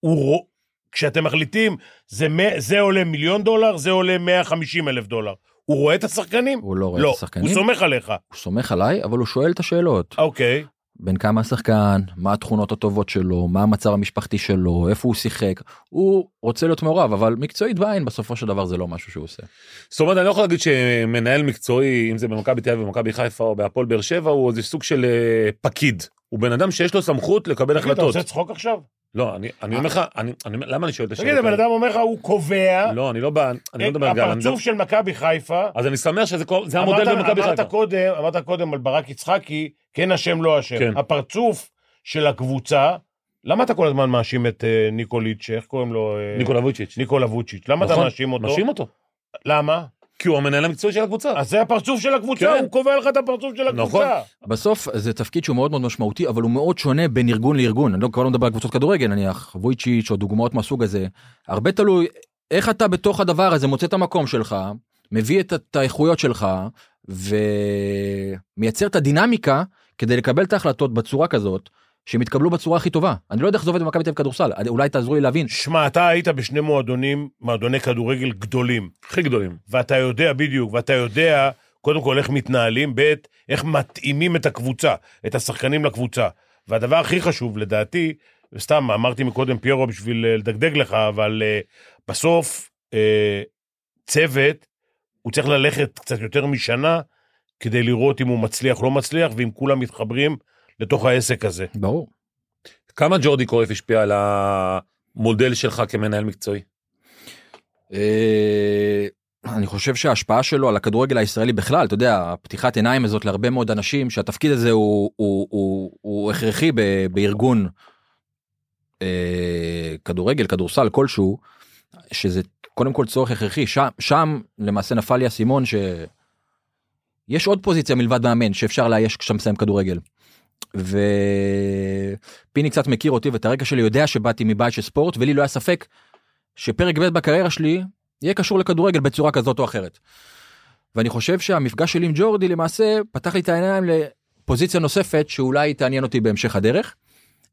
E: הוא רוא- כשאתם מחליטים, זה, מא- זה עולה מיליון דולר, זה עולה 150 אלף דולר. הוא רואה את השחקנים?
F: הוא לא רואה
E: לא,
F: את השחקנים,
E: הוא סומך עליך.
F: הוא סומך עליי אבל הוא שואל את השאלות.
E: אוקיי.
F: בין כמה השחקן, מה התכונות הטובות שלו, מה המצב המשפחתי שלו, איפה הוא שיחק. הוא רוצה להיות מעורב, אבל מקצועית בעין בסופו של דבר זה לא משהו שהוא עושה.
D: זאת אומרת, אני לא יכול להגיד שמנהל מקצועי, אם זה במכבי תל אביב, במכבי חיפה או בהפועל באר שבע, הוא איזה סוג של אה, פקיד. הוא בן אדם שיש לו סמכות לקבל
E: תגיד, אתה
D: החלטות.
E: עושה צחוק עכשיו?
D: לא, אני אני אומר לך, אני- אני- למה אני שואל את השאלה?
E: תגיד, הבן אדם אומר לך, הוא קובע,
D: לא, אני לא בא, אני לא מדבר על גל. אני מדבר-
E: הפרצוף של מכבי חיפה,
D: אז אני שמח שזה כל- זה
E: אמרת-
D: המודל במכבי
E: אמרת
D: חיפה.
E: קודם, אמרת קודם על ברק יצחקי, כן אשם, לא
D: כן.
E: אשם. הפרצוף של הקבוצה, למה אתה כל הזמן מאשים את אה, ניקוליץ', איך קוראים לו? אה,
D: ניקולה ווצ'יץ'.
E: ניקולה ווצ'יץ', למה אתה
D: נכון,
E: מאשים אותו?
D: מאשים אותו.
E: למה?
D: כי הוא המנהל המקצועי של הקבוצה.
E: אז זה הפרצוף של הקבוצה,
D: כן.
E: הוא קובע לך את הפרצוף של
D: נכון.
E: הקבוצה.
F: בסוף זה תפקיד שהוא מאוד מאוד משמעותי, אבל הוא מאוד שונה בין ארגון לארגון. אני לא, כבר לא מדבר על קבוצות כדורגל נניח, וויצ'יץ' או דוגמאות מהסוג הזה. הרבה תלוי איך אתה בתוך הדבר הזה מוצא את המקום שלך, מביא את, את האיכויות שלך, ומייצר את הדינמיקה כדי לקבל את ההחלטות בצורה כזאת. שהם יתקבלו בצורה הכי טובה. אני לא יודע איך זה עובד במכבי תל אביב כדורסל, אולי תעזרו לי להבין.
E: שמע, אתה היית בשני מועדונים, מועדוני כדורגל גדולים.
D: הכי גדולים.
E: ואתה יודע בדיוק, ואתה יודע, קודם כל, איך מתנהלים, ב', איך מתאימים את הקבוצה, את השחקנים לקבוצה. והדבר הכי חשוב, לדעתי, סתם אמרתי מקודם פיירו בשביל אה, לדגדג לך, אבל אה, בסוף אה, צוות, הוא צריך ללכת קצת יותר משנה כדי לראות אם הוא מצליח, לא מצליח, ואם כולם מתחברים לתוך העסק הזה.
F: ברור.
D: כמה ג'ורדי קרויף השפיע על המודל שלך כמנהל מקצועי?
F: אה, אני חושב שההשפעה שלו על הכדורגל הישראלי בכלל, אתה יודע, הפתיחת עיניים הזאת להרבה מאוד אנשים, שהתפקיד הזה הוא, הוא, הוא, הוא הכרחי ב, בארגון אה, כדורגל, כדורסל כלשהו, שזה קודם כל צורך הכרחי. שם, שם למעשה נפל לי האסימון ש... יש עוד פוזיציה מלבד מאמן שאפשר לאייש כשאתה מסיים כדורגל. ופיני קצת מכיר אותי ואת הרקע שלי יודע שבאתי מבית של ספורט ולי לא היה ספק שפרק ב' בקריירה שלי יהיה קשור לכדורגל בצורה כזאת או אחרת. ואני חושב שהמפגש שלי עם ג'ורדי למעשה פתח לי את העיניים לפוזיציה נוספת שאולי תעניין אותי בהמשך הדרך.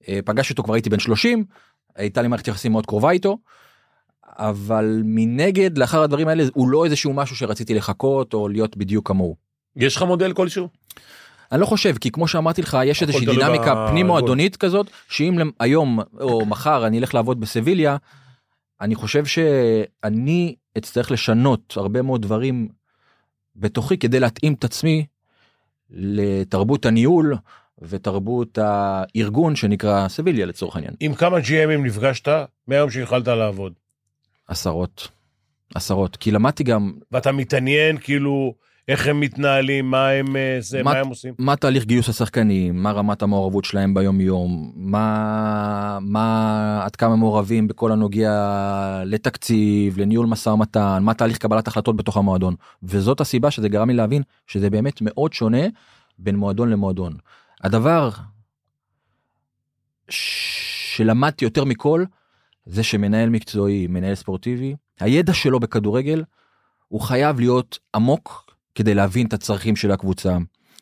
F: אה, פגשתי אותו כבר הייתי בן 30, הייתה לי מערכת יחסים מאוד קרובה איתו. אבל מנגד לאחר הדברים האלה הוא לא איזשהו משהו שרציתי לחכות או להיות בדיוק כמוהו.
D: יש לך מודל כלשהו?
F: אני לא חושב כי כמו שאמרתי לך יש
D: הכל
F: איזושהי
D: תלוי
F: דינמיקה
D: ב-
F: פנים מועדונית כזאת שאם למ- היום או מחר אני אלך לעבוד בסביליה אני חושב שאני אצטרך לשנות הרבה מאוד דברים בתוכי כדי להתאים את עצמי לתרבות הניהול ותרבות הארגון שנקרא סביליה לצורך העניין
E: עם כמה GMים נפגשת מהיום שהתחלת לעבוד?
F: עשרות עשרות כי למדתי גם
E: ואתה מתעניין, כאילו, איך הם מתנהלים, מה הם, אה, זה,
F: מה-
E: מה הם עושים?
F: מה תהליך גיוס השחקנים, מה רמת המעורבות שלהם ביום יום, מה, מה עד כמה מעורבים בכל הנוגע לתקציב, לניהול משא ומתן, מה תהליך קבלת החלטות בתוך המועדון. וזאת הסיבה שזה גרם לי להבין שזה באמת מאוד שונה בין מועדון למועדון. הדבר שלמדתי יותר מכל זה שמנהל מקצועי, מנהל ספורטיבי, הידע שלו בכדורגל, הוא חייב להיות עמוק כדי להבין את הצרכים של הקבוצה,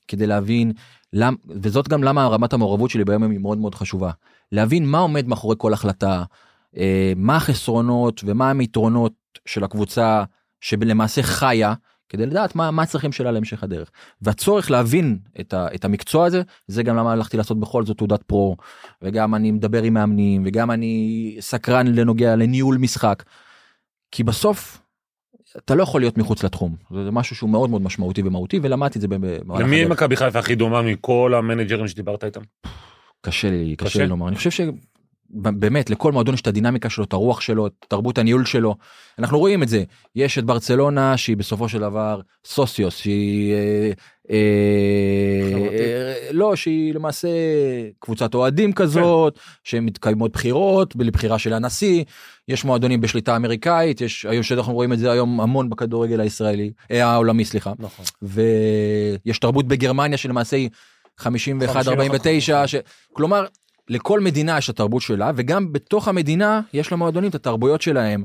F: כדי להבין, למ... וזאת גם למה רמת המעורבות שלי ביום היא מאוד מאוד חשובה, להבין מה עומד מאחורי כל החלטה, אה, מה החסרונות ומה היתרונות של הקבוצה שלמעשה חיה, כדי לדעת מה, מה הצרכים שלה להמשך הדרך. והצורך להבין את, ה, את המקצוע הזה, זה גם למה הלכתי לעשות בכל זאת תעודת פרו, וגם אני מדבר עם מאמנים, וגם אני סקרן לנוגע לניהול משחק. כי בסוף, אתה לא יכול להיות מחוץ לתחום. זה זה משהו שהוא מאוד מאוד משמעותי ומהותי, ולמדתי את זה במהלך
D: למי מכבי חיפה הכי דומה מכל המנג'רים שדיברת איתם?
F: קשה לי, קשה
D: קשה?
F: לי לומר. אני חושב שבאמת, לכל מועדון יש את הדינמיקה שלו, את הרוח שלו, את תרבות הניהול שלו. אנחנו רואים את זה. יש את ברצלונה, שהיא בסופו של דבר סוסיוס, שהיא... אה, אה,
D: חברתית.
F: אה, לא, שהיא למעשה קבוצת אוהדים
D: כן.
F: כזאת, שמתקיימות בחירות, לבחירה של הנשיא. יש מועדונים בשליטה אמריקאית, יש, היום שאנחנו רואים את זה היום המון בכדורגל הישראלי, אה, העולמי, סליחה.
D: נכון.
F: ויש תרבות בגרמניה שלמעשה היא 51-49,
D: נכון.
F: ש... כלומר, לכל מדינה יש את התרבות שלה, וגם בתוך המדינה יש למועדונים את התרבויות שלהם.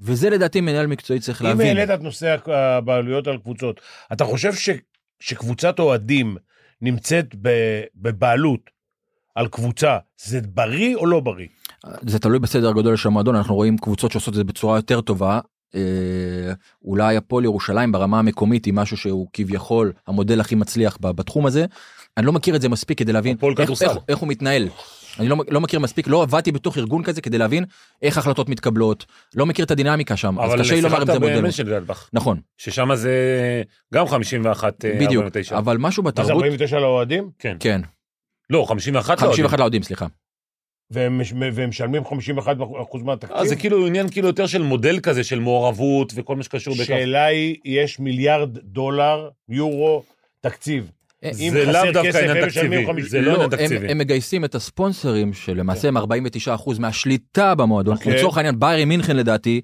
F: וזה לדעתי מנהל מקצועי צריך
E: אם
F: להבין.
E: העלית את נושא הבעלויות על קבוצות, אתה חושב ש, שקבוצת אוהדים נמצאת ב, בבעלות על קבוצה, זה בריא או לא בריא?
F: זה תלוי בסדר הגודל של המועדון, אנחנו רואים קבוצות שעושות את זה בצורה יותר טובה. אה, אולי הפועל ירושלים ברמה המקומית היא משהו שהוא כביכול המודל הכי מצליח ב- בתחום הזה. אני לא מכיר את זה מספיק כדי להבין
D: הפועל
F: איך,
D: כדורסל.
F: איך, איך הוא מתנהל. אני לא, לא מכיר מספיק, לא עבדתי בתוך ארגון כזה כדי להבין איך החלטות מתקבלות, לא מכיר את הדינמיקה שם, אז
D: אבל
F: קשה לי לומר אם
D: שיחקת
F: זה מודל.
D: במנשנגלדבך,
F: נכון,
D: ששם זה גם 51, אה,
F: בדיוק,
D: 49.
F: אבל משהו
E: אז
F: בתרבות,
E: 49 לאוהדים?
F: כן,
D: לא, 51 לא.
F: 51 לאוהדים, סליחה.
E: והם, מש- והם משלמים 51% מהתקציב?
F: כן.
D: אה, זה כאילו עניין כאילו יותר של מודל כזה של מעורבות וכל מה שקשור בכך.
E: שאלה היא, יש מיליארד דולר, יורו, תקציב.
F: אה,
E: אם
D: זה
E: חסר
D: לאו דווקא
E: כסף,
D: עניין
E: הם משלמים
D: תקציבי,
E: חמישים.
D: זה לא עניין
F: הם,
D: תקציבי.
F: הם מגייסים את הספונסרים שלמעשה הם 49% מהשליטה במועדון.
E: אוקיי.
F: לצורך העניין ביירי מינכן לדעתי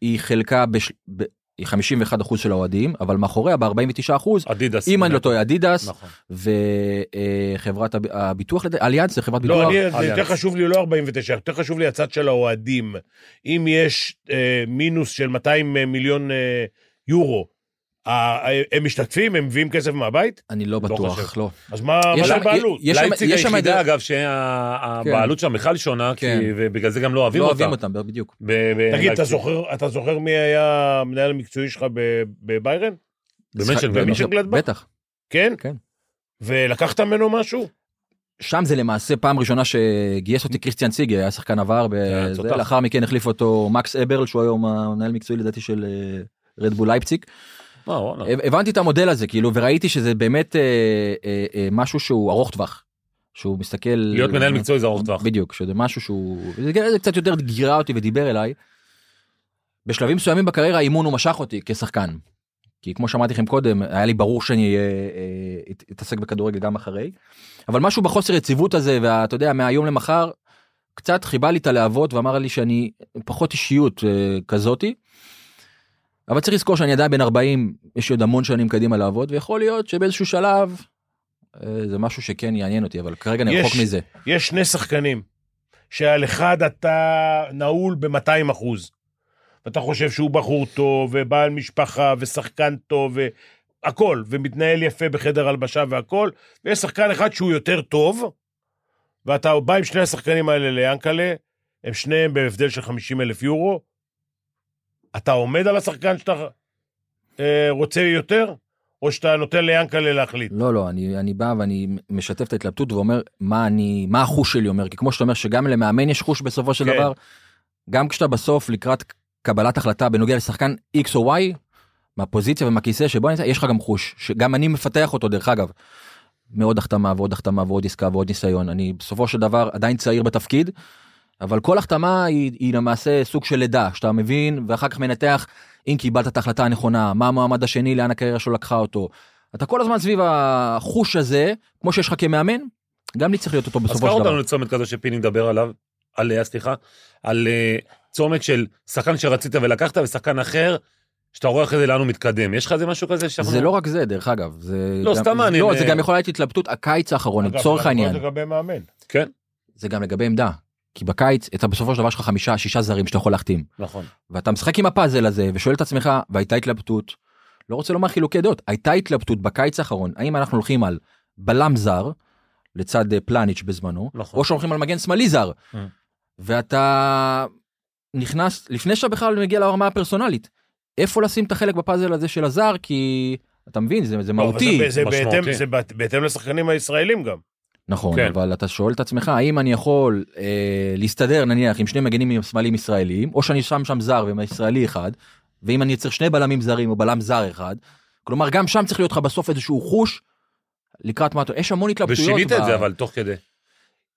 F: היא חלקה בש... ב... היא 51% של האוהדים אבל מאחוריה ב-49%
E: אה,
D: אדידס.
F: אם אני לא טועה אדידס
D: נכון.
F: וחברת הב... הביטוח לדעתי אליאנס זה חברת ביטוח.
E: לא, אני, זה יותר
D: אליאנס.
E: חשוב לי לא 49, יותר חשוב לי הצד של האוהדים. אם יש אה, מינוס של 200 אה, מיליון אה, יורו, אה, אה, הם משתתפים, הם מביאים כסף מהבית?
F: אני לא בטוח
D: חושב.
F: לא.
E: אז מה,
F: יש
E: מה
F: שם-
E: הבעלות?
F: יש שם-
D: לייפציג
F: יש שם
D: היחידה
F: איזה-
D: אגב
F: כן.
D: שהבעלות שלה בכלל שונה, כי-
F: כן.
D: ובגלל זה גם לא אוהבים
F: לא אוהבים
D: אותה. אה,
F: אותם בדיוק.
D: ב- ב-
E: תגיד, אתה
D: לייפציג.
E: זוכר, אתה זוכר מי היה המנהל המקצועי שלך ב- בביירן?
D: במנשנגלדבך.
E: במנשנגלדבך?
F: בטח.
E: כן?
F: כן.
E: ולקחת ממנו משהו?
F: שם זה למעשה פעם ראשונה שגייס אותי קריסטיאן סיגי היה שחקן עבר
D: אה,
F: בזה,
D: תותח.
F: לאחר מכן החליף אותו מקס אברל שהוא היום המנהל המקצועי לדעתי של אה, רדבול לייפציג.
D: אה, וואלה.
F: הב- הבנתי את המודל הזה כאילו וראיתי שזה באמת אה, אה, אה, משהו שהוא ארוך טווח. שהוא מסתכל אה,
D: להיות מנהל מקצועי זה ארוך טווח.
F: בדיוק שזה משהו שהוא זה, זה קצת יותר גירה אותי ודיבר אליי. בשלבים מסוימים בקריירה האימון הוא משך אותי כשחקן. כי כמו שאמרתי לכם קודם היה לי ברור שאני אה, אה, את- אתעסק בכדורגל גם אחרי. אבל משהו בחוסר יציבות הזה ואתה יודע מהיום למחר קצת חיבה לי את הלהבות ואמר לי שאני פחות אישיות אה, כזאתי. אבל צריך לזכור שאני עדיין בן 40 יש לי עוד המון שנים קדימה לעבוד ויכול להיות שבאיזשהו שלב. אה, זה משהו שכן יעניין אותי אבל כרגע אני
E: יש-
F: רחוק מזה.
E: יש שני שחקנים, שעל אחד אתה נעול ב-200 אחוז, ואתה חושב שהוא בחור טוב, ובעל משפחה, ושחקן טוב, והכול, ומתנהל יפה בחדר הלבשה והכול, ויש שחקן אחד שהוא יותר טוב, ואתה בא עם שני השחקנים האלה ליאנקלה, הם שניהם בהבדל של 50 אלף יורו, אתה עומד על השחקן שאתה אה, רוצה יותר, או שאתה נותן ליאנקלה להחליט?
F: לא לא אני אני בא ואני משתף את ההתלבטות ואומר מה אני מה החוש שלי אומר כי כמו שאתה אומר שגם למאמן יש חוש בסופו של
E: כן.
F: דבר. גם כשאתה בסוף לקראת קבלת החלטה בנוגע לשחקן x או y מהפוזיציה ומהכיסא שבו אני נמצא, יש לך גם חוש שגם אני מפתח אותו דרך אגב. מעוד החתמה ועוד החתמה ועוד עסקה ועוד ניסיון אני בסופו של דבר עדיין צעיר בתפקיד. אבל כל החתמה היא, היא למעשה סוג של לידה שאתה מבין ואחר כך מנתח אם קיבלת את ההחלטה הנכונה מה המעמד השני לאן הקריירה שלו לקחה אותו. אתה כל הזמן סביב החוש הזה כמו שיש לך כמאמן גם לי צריך להיות אותו
D: אז
F: בסופו
D: קח
F: של
D: אותנו
F: דבר.
D: לצומת כזו שפיני מדבר עליו, עליה, סליחה, על אה, צומת של שחקן שרצית ולקחת ושחקן אחר שאתה רואה אחרי זה לאן הוא מתקדם. יש לך איזה משהו כזה שאנחנו...
F: זה לא רק זה, דרך אגב. זה
D: לא,
F: גם-
D: סתם מעניין,
F: לא,
D: אה,
F: זה גם יכול להיות התלבטות הקיץ האחרון,
E: אגב,
F: לצורך
E: זה יכול להיות
F: העניין.
E: לגבי מאמן.
D: כן,
F: זה גם לגבי עמדה. כי בקיץ, אתה בסופו של דבר יש לך חמישה, שישה זרים שאתה יכול להחתים.
D: נכון.
F: ואתה משחק עם הפאזל הזה ושואל את עצמך והייתה התלבטות. לא רוצה לומר חילוקי דעות הייתה התלבטות בקיץ האחרון האם אנחנו הולכים על בלם זר לצד אה, פלניץ' בזמנו
D: נכון.
F: או שהולכים על מגן שמאלי זר.
D: Mm.
F: ואתה נכנס לפני שאתה בכלל מגיע לרמה הפרסונלית איפה לשים את החלק בפאזל הזה של הזר כי אתה מבין זה, זה
E: אבל
F: מהותי
E: זה- זה
D: משמעותי.
E: בהתאם- זה בת- בהתאם לשחקנים הישראלים גם.
F: נכון
D: כן.
F: אבל אתה שואל את עצמך האם אני יכול אה, להסתדר נניח עם שני מגנים שמאליים ישראלים או שאני שם שם זר ועם ישראלי אחד ואם אני צריך שני בלמים זרים או בלם זר אחד כלומר גם שם צריך להיות לך בסוף איזשהו חוש. לקראת מה אתה יש המון התלבטויות
D: ושינית את
F: ב-
D: זה אבל תוך כדי.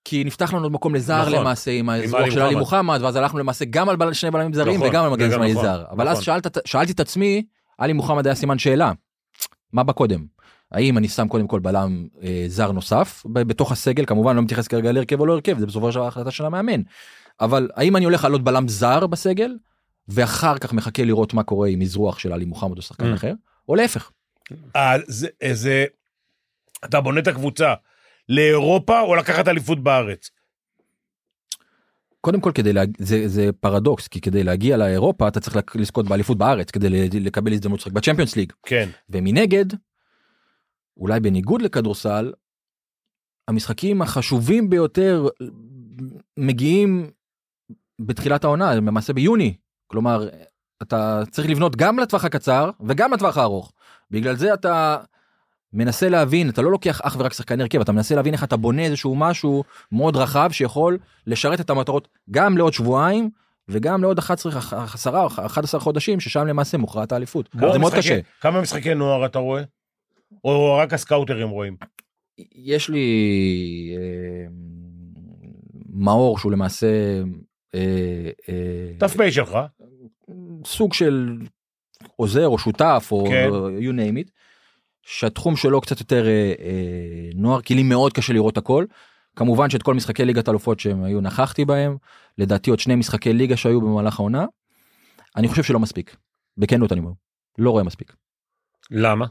F: כי נפתח לנו עוד מקום לזר
D: נכון.
F: למעשה עם
D: עלי
F: האזרוח של עלי
D: מוחמד.
F: מוחמד ואז הלכנו למעשה גם על בל- שני בלמים זרים
D: נכון,
F: וגם על מגן
D: וגם
F: זמני
D: נכון,
F: זר אבל אז
D: נכון.
F: שאלת- שאלתי את עצמי עלי מוחמד היה סימן שאלה מה בא קודם האם אני שם קודם כל בלם אה, זר נוסף ב- בתוך הסגל כמובן לא מתייחס כרגע להרכב או לא הרכב זה בסופו של דבר החלטה של המאמן אבל האם אני הולך לעלות בלם זר בסגל ואחר כך מחכה לראות מה קורה עם אזרוח של עלי מוחמד או שחקן
D: Mm.
F: אחר או להפך
E: אה, זה- אה, זה, אתה בונה את הקבוצה לאירופה או לקחת אליפות בארץ.
F: קודם כל כדי להג... זה, זה פרדוקס כי כדי להגיע לאירופה אתה צריך לק- לזכות באליפות בארץ כדי ל- לקבל הזדמנות לשחק בצ'מפיונס ליג.
E: כן.
F: ומנגד, אולי בניגוד לכדורסל, המשחקים החשובים ביותר מגיעים בתחילת העונה, למעשה ביוני. כלומר, אתה צריך לבנות גם לטווח הקצר וגם לטווח הארוך. בגלל זה אתה מנסה להבין, אתה לא לוקח אך ורק שחקן הרכב, אתה מנסה להבין איך אתה בונה איזשהו משהו מאוד רחב שיכול לשרת את המטרות גם לעוד שבועיים. וגם לעוד 11, 10, 11 חודשים ששם למעשה מוכרעת האליפות.
E: כמה
F: זה מאוד
E: משחקי-
F: קשה.
E: כמה משחקי נוער אתה רואה? או רק הסקאוטרים רואים?
F: יש לי אה, מאור שהוא למעשה אה, אה,
E: ת"פ שלך.
F: סוג של עוזר או שותף או
E: כן.
F: you name it, שהתחום שלו קצת יותר אה, אה, נוער כי לי מאוד קשה לראות הכל. כמובן שאת כל משחקי ליגת אלופות שהם היו נכחתי בהם לדעתי עוד שני משחקי ליגה שהיו במהלך העונה. אני חושב שלא מספיק בכנות אני אומר לא רואה מספיק
D: למה?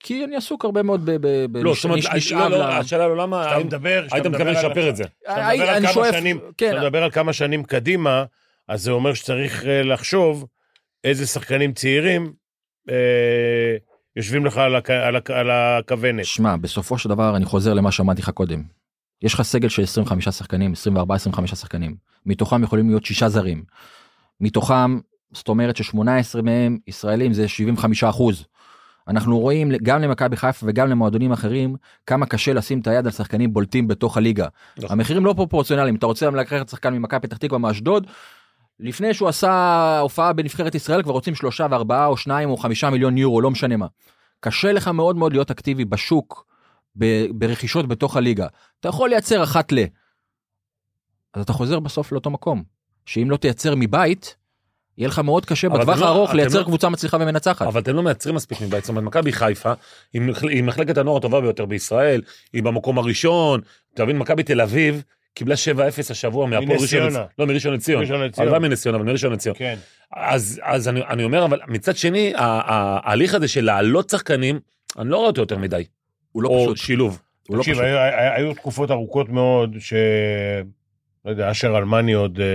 F: כי אני עסוק הרבה מאוד ב... ב, ב
D: לא, זאת אומרת,
E: אה,
F: נש-
D: לא,
F: נשאב
D: לא,
F: ל- אה,
D: השאלה לא למה,
E: כשאתה
D: האם-
E: אה, מדבר,
D: היית
E: כשאתה מדבר
D: מתכוון
E: על-
D: לשפר את זה.
E: כשאתה מדבר על
F: אני
E: כמה
F: שואף,
E: שנים-
F: כן,
E: כשאתה מדבר על כמה שנים קדימה, אז זה אומר שצריך אה, לחשוב איזה שחקנים צעירים אה, יושבים לך על הכ- על הכ- על הכוונת.
F: שמע, בסופו של דבר אני חוזר למה שאמרתי לך קודם. יש לך סגל של 25 שחקנים, 24-25 שחקנים. מתוכם יכולים להיות שישה זרים. מתוכם, זאת אומרת ש-18 מהם ישראלים זה 75 אחוז. אנחנו רואים גם למכבי חיפה וגם למועדונים אחרים כמה קשה לשים את היד על שחקנים בולטים בתוך הליגה.
D: נכון.
F: המחירים לא פרופורציונליים, אתה רוצה לקחת שחקן ממכבי פתח תקווה מאשדוד, לפני שהוא עשה הופעה בנבחרת ישראל כבר רוצים שלושה וארבעה או שניים או חמישה מיליון יורו, לא משנה מה. קשה לך מאוד מאוד להיות אקטיבי בשוק, ב- ברכישות בתוך הליגה. אתה יכול לייצר אחת ל... אז אתה חוזר בסוף לאותו מקום. שאם לא תייצר מבית, יהיה לך מאוד קשה
D: אבל
F: בטווח
D: אתם לא-
F: הארוך
D: אתם
F: לייצר
D: לא-
F: קבוצה מצליחה ומנצחת.
D: אבל אתם לא מייצרים מספיק מבית, זאת אומרת, מכבי חיפה היא מח- היא מחלקת הנוער הטובה ביותר בישראל, היא במקום הראשון, אתה מבין, מכבי תל אביב קיבלה 7-0 השבוע מהפועל
E: מנס
D: ראשון
E: ציונה.
D: לציון, לא מראשון לציון,
E: ראשון לציון.
D: הלוואי מנס ציונה, אבל מראשון לציון.
E: כן.
D: אז אז אני אני אומר, אבל מצד שני, ה- ה- ההליך הזה של להעלות שחקנים, אני לא רואה אותו יותר מדי,
F: הוא לא
D: או
F: פשוט.
D: שילוב.
F: הוא לא
E: תקשיב,
F: פשוט.
E: היו, היו, היו תקופות ארוכות מאוד ש... לא יודע, אשר אלמני עוד אה,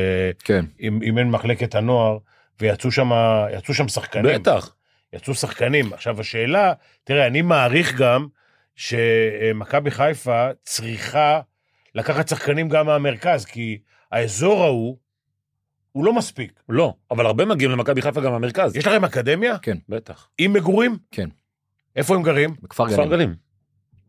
F: כן.
E: אם- אימן מחלקת הנוער, ויצאו שם, יצאו שם שחקנים.
D: בטח.
E: יצאו שחקנים. עכשיו השאלה, תראה, אני מעריך גם שמכבי חיפה צריכה לקחת שחקנים גם מהמרכז, כי האזור ההוא, הוא לא מספיק.
D: לא, אבל הרבה מגיעים למכבי חיפה גם מהמרכז.
E: יש לכם אקדמיה?
D: בטח.
E: עם מגורים?
F: כן.
E: איפה הם גרים?
F: בכפר
D: אה, כפר
F: גלים.
D: גלים.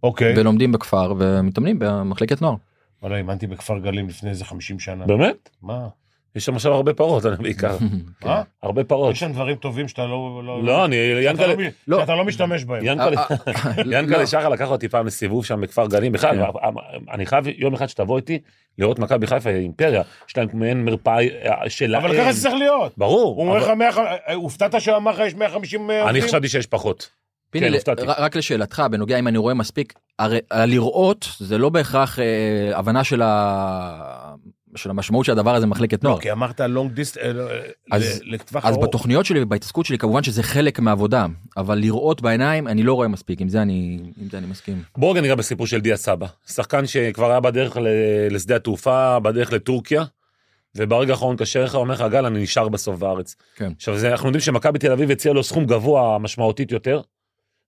E: אוקיי.
F: ולומדים בכפר ומתאמנים במחלקת נוער.
E: וואלה, אימנתי בכפר גלים לפני איזה 50 שנה.
D: באמת?
E: מה?
D: יש שם עכשיו הרבה פרות, אני בעיקר.
F: כן.
E: מה?
D: הרבה פרות.
E: יש שם דברים טובים שאתה לא...
D: לא, אני,
E: שאתה לא
D: ינקלה,
E: מש-
F: לא.
E: שאתה לא משתמש בהם.
D: ינקלה,
F: לא.
E: אה,
D: ינקלה שחר לקח אותי פעם לסיבוב שם בכפר גלים, בכלל, אה,
F: כן.
D: אני חייב יום אחד שתבוא איתי לראות מכבי חיפה אימפריה, יש להם מעין מרפאה אה, שלהם.
E: אבל ככה זה צריך להיות.
D: ברור.
E: הוא אומר
D: אבל
E: לך, 100 הופתעת שהוא אמר לך יש 150 עובדים?
D: אני חשבתי שיש פחות.
F: פיני,
D: כן,
F: ל-
D: הופתעתי.
F: ר- רק לשאלתך, בנוגע אם אני רואה מספיק, הרי הלראות זה לא בהכרח אה, הבנה של אה, ה... של המשמעות של הדבר הזה במחלקת
D: אוקיי,
F: נוער.
E: כי אמרת long distance, אה,
F: אה, לא,
D: אה,
F: אז-
E: לטווח
F: אז
E: ארוך.
F: בתוכניות שלי ובהתעסקות שלי כמובן שזה חלק מהעבודה, אבל לראות בעיניים אני לא רואה מספיק, עם זה אני, עם זה אני מסכים.
D: בואו רגע ניגע בסיפור של דיה סבא, שחקן שכבר היה בדרך ל- לשדה התעופה, בדרך לטורקיה, וברגע האחרון קשה לך, אומר לך, גל, אני נשאר בסוף בארץ.
F: כן.
D: עכשיו, זה, אנחנו יודעים שמכבי תל אביב הציעה לו סכום גבוה משמעותית יותר,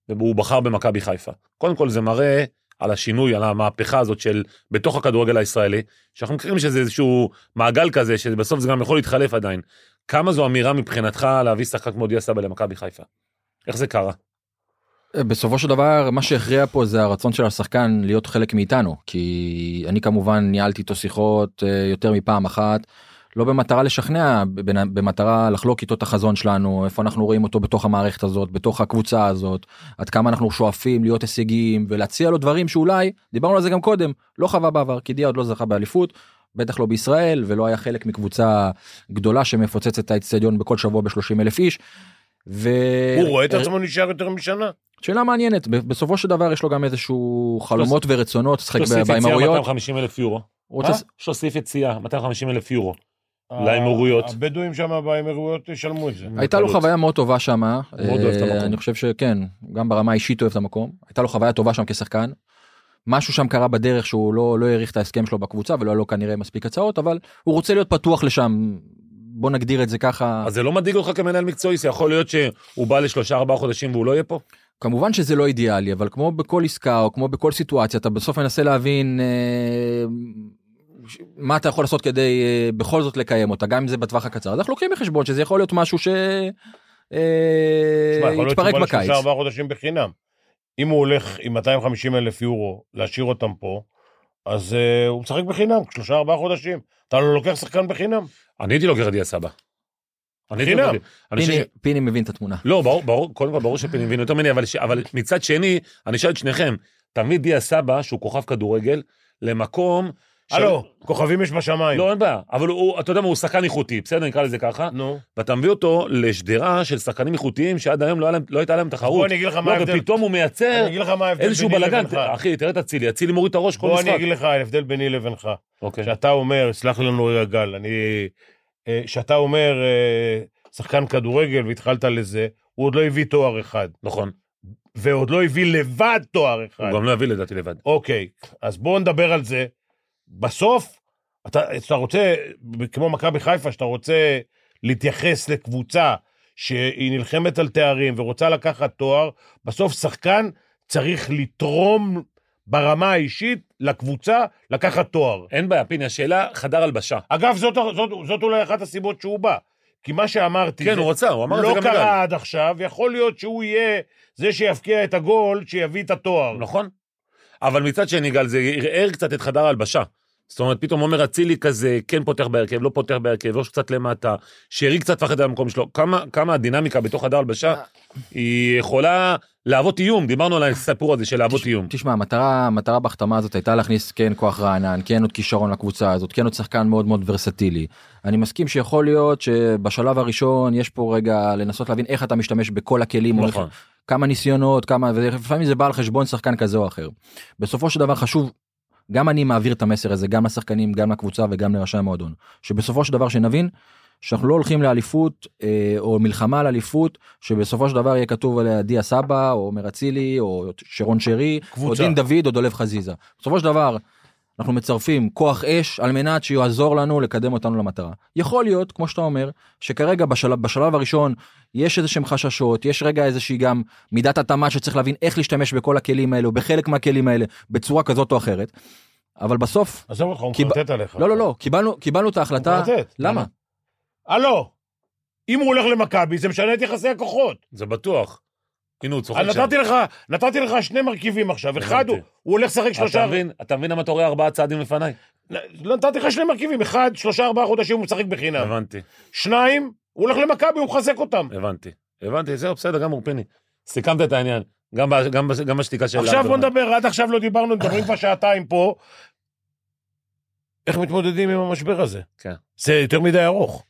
D: והוא בחר במכבי חיפה. קודם כל, זה מראה על השינוי, על המהפכה הזאת של בתוך הכדורגל הישראלי, שאנחנו מכירים שזה איזשהו מעגל כזה, שבסוף זה גם יכול להתחלף עדיין. כמה זו אמירה מבחינתך להביא שחקן כמו דיה סבא למכבי חיפה? איך זה קרה?
F: בסופו של דבר מה שהכריע פה זה הרצון של השחקן להיות חלק מאיתנו כי אני כמובן ניהלתי איתו שיחות אה, יותר מפעם אחת. לא במטרה לשכנע, בנ- במטרה לחלוק איתו את החזון שלנו, איפה אנחנו רואים אותו בתוך המערכת הזאת, בתוך הקבוצה הזאת, עד כמה אנחנו שואפים להיות הישגיים ולהציע לו דברים שאולי, דיברנו על זה גם קודם, לא חווה בעבר, כי דיה עוד לא זכה באליפות, בטח לא בישראל, ולא היה חלק מקבוצה גדולה שמפוצצת את האצטדיון בכל שבוע ב-30 אלף איש. ו... אה,
E: הוא רואה את עצמו נשאר יותר משנה?
F: שאלה מעניינת ב- בסופו של דבר יש לו גם איזשהו חלומות ורצונות לשחק ב-
D: תוסיף יציאה
F: באמירויות.
D: 250 אלף יורו.
F: הוא רוצה-
D: אה? תוסיף יציאה 250 אלף יורו. לאמירויות.
E: אה,
D: אה,
E: הבדואים שם באמירויות ישלמו את זה.
F: הייתה לו
D: בקלות.
F: חוויה מאוד טובה שם,
D: מאוד אוהב את המקום.
F: אני חושב שכן, גם ברמה האישית אוהב את המקום, הייתה לו חוויה טובה שם כשחקן. משהו שם קרה בדרך שהוא לא לא האריך את ההסכם שלו בקבוצה ולא היה לו כנראה מספיק הצעות אבל הוא רוצה להיות פתוח לשם בוא נגדיר את זה ככה
D: אז זה לא מדאיג אותך כמנהל מקצועי, שיכול להיות שהוא בא לשלושה ארבעה חודשים והוא לא יהיה פה?
F: כמובן שזה לא אידיאלי אבל כמו בכל עסקה או כמו בכל סיטואציה אתה בסוף מנסה להבין אה, ש- מה אתה יכול לעשות כדי אה, בכל זאת לקיים אותה גם אם זה בטווח הקצר אז אנחנו לוקחים בחשבון שזה יכול להיות משהו ש... אה,
E: תשמע, יכול להיות שהוא
F: יתפרק
E: בא
F: בקיץ.
E: לשלושה ארבעה חודשים בחינם. אם הוא הולך עם 250 אלף יורו להשאיר אותם פה, אז אה, הוא משחק בחינם, שלושה ארבעה חודשים. אתה לא לוקח שחקן בחינם?
D: אני הייתי לוקח את דיה סבא. אני הייתי
E: חינם.
D: לוקח את דיה- אני חושב
F: פיני,
D: ש-
F: פיני מבין את התמונה.
D: לא, ברור, ברור, קודם כל ברור שפיני מבין יותר ממני, אבל ש- אבל מצד שני, אני אשאל את שניכם, אתה מביא את דיה סבא, שהוא כוכב כדורגל, למקום... ש-
E: הלו, כוכבים יש בשמיים.
D: לא, אין בעיה, אבל הוא, אתה יודע מה, הוא שחקן איכותי, בסדר, נקרא לזה ככה,
E: נו.
D: ואתה מביא אותו לשדרה של שחקנים איכותיים שעד היום לא היה להם- לא הייתה להם
E: בוא
D: תחרות.
E: אני אגיד לך
D: לא,
E: מה ההבדל.
D: ופתאום הוא מייצר
E: אני אגיד לך מה ההבדל
D: איזשהו
E: ביני
D: בלאגן,
E: לבינך.
D: אחי, תראה את אצילי, אצילי מוריד את הראש כל
E: בוא אני
D: משחק.
E: אגיד לך ההבדל ביני לבינך.
D: אוקיי.
E: שאתה אומר, סלח לנו רגע גל, אני... אה, שאתה אומר, אה, שחקן כדורגל והתחלת לזה, הוא עוד לא הביא תואר אחד.
D: נכון,
E: ועוד לא הביא לבד תואר אחד.
D: הוא גם לא יביא לדעתי לבד.
E: אוקיי, אז בואו נדבר על זה. בסוף, אתה, אתה רוצה, כמו מכבי חיפה, שאתה רוצה להתייחס לקבוצה שהיא נלחמת על תארים ורוצה לקחת תואר, בסוף שחקן צריך לתרום ברמה האישית לקבוצה לקחת תואר.
D: אין בעיה, פיני, השאלה חדר הלבשה.
E: אגב, זאת, זאת, זאת אולי אחת הסיבות שהוא בא. כי מה שאמרתי,
D: כן,
E: זה,
D: הוא רצה, הוא אמר את זה
E: לא
D: גם בגלל.
E: קרה עד עכשיו, יכול להיות שהוא יהיה זה שיבקיע את הגול, שיביא את התואר.
D: נכון. אבל מצד שני, גל, זה ערער קצת את חדר ההלבשה. זאת אומרת, פתאום עומר אצילי כזה כן פותח בהרכב, לא פותח בהרכב, ראש קצת למטה, שארי קצת פחד על המקום שלו. כמה, כמה הדינמיקה בתוך חדר הלבשה, היא יכולה להוות איום, דיברנו על הסיפור הזה של להוות איום.
F: תשמע המטרה המטרה בהחתמה הזאת הייתה להכניס כן כוח רענן כן עוד כישרון לקבוצה הזאת כן עוד שחקן מאוד מאוד ורסטילי. אני מסכים שיכול להיות שבשלב הראשון יש פה רגע לנסות להבין איך אתה משתמש בכל הכלים. או איך-
D: נכון.
F: כמה ניסיונות כמה ולפעמים זה בא על חשבון שחקן כזה או אחר. בסופו של דבר חשוב גם אני מעביר את המסר הזה גם לשחקנים גם לקבוצה וגם לראשי המועדון שבסופו של דבר שנבין. שאנחנו לא הולכים לאליפות אה, או מלחמה על אליפות שבסופו של דבר יהיה כתוב עליה דיה סבא או עומר אצילי או שרון שרי או
E: קבוצה.
F: דין דוד או דולב חזיזה בסופו של דבר אנחנו מצרפים כוח אש על מנת שיעזור לנו לקדם אותנו למטרה. יכול להיות, כמו שאתה אומר, שכרגע בשלב, בשלב הראשון יש איזה שהם חששות, יש רגע איזושהי גם מידת התאמה שצריך להבין איך להשתמש בכל הכלים האלו, בחלק מהכלים האלה, בצורה כזאת או אחרת. אבל בסוף,
E: עזוב אותך, הוא
F: כי ב-
E: מקרטט עליך.
F: לא לא לא, קיבלנו, קיבלנו את ההחלטה,
E: מקרטט.
F: למה?
E: הלו, אם הוא הולך למכבי, זה משנה את יחסי הכוחות.
D: זה בטוח. הנה, הוא צוחק
E: אני
D: שם.
E: אה, נתתי לך, נתתי לך שני מרכיבים עכשיו, אחד
D: הבנתי.
E: הוא, הוא הולך לשחק
D: אתה
E: שלושה...
D: מבין? אתה מבין למה אתה רואה ארבעה צעדים לפניי?
E: נ- נתתי לך שני מרכיבים, אחד, שלושה, ארבעה חודשים הוא משחק בחינם.
D: הבנתי,
E: שניים, הוא הולך למכבי, הוא מחזק אותם.
D: הבנתי. הבנתי, זהו, בסדר, גמור, פיני. סיכמת את העניין. גם ב- גם בש- גם בשתיקה של...
E: עכשיו בוא
D: אלברמן.
E: נדבר, עד עכשיו לא דיברנו, מדברים כבר שעתיים פה. איך מתמודדים עם המשבר הזה?
D: כן.
E: זה יותר מדי ארוך.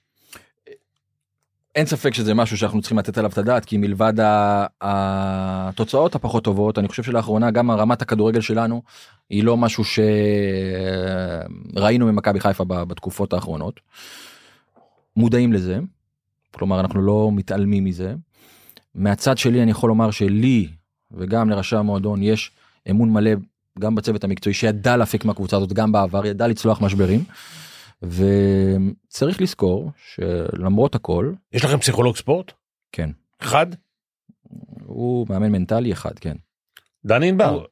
F: אין ספק שזה משהו שאנחנו צריכים לתת עליו את הדעת כי מלבד ה- התוצאות הפחות טובות אני חושב שלאחרונה גם רמת הכדורגל שלנו היא לא משהו שראינו ממכבי חיפה ב- בתקופות האחרונות. מודעים לזה כלומר אנחנו לא מתעלמים מזה. מהצד שלי אני יכול לומר שלי וגם לראשי המועדון יש אמון מלא גם בצוות המקצועי שידע להפיק מהקבוצה הזאת גם בעבר ידע לצלוח משברים. וצריך לזכור שלמרות הכל
E: יש לכם פסיכולוג ספורט?
F: כן
E: אחד?
F: הוא מאמן מנטלי אחד כן
D: דני ענבר,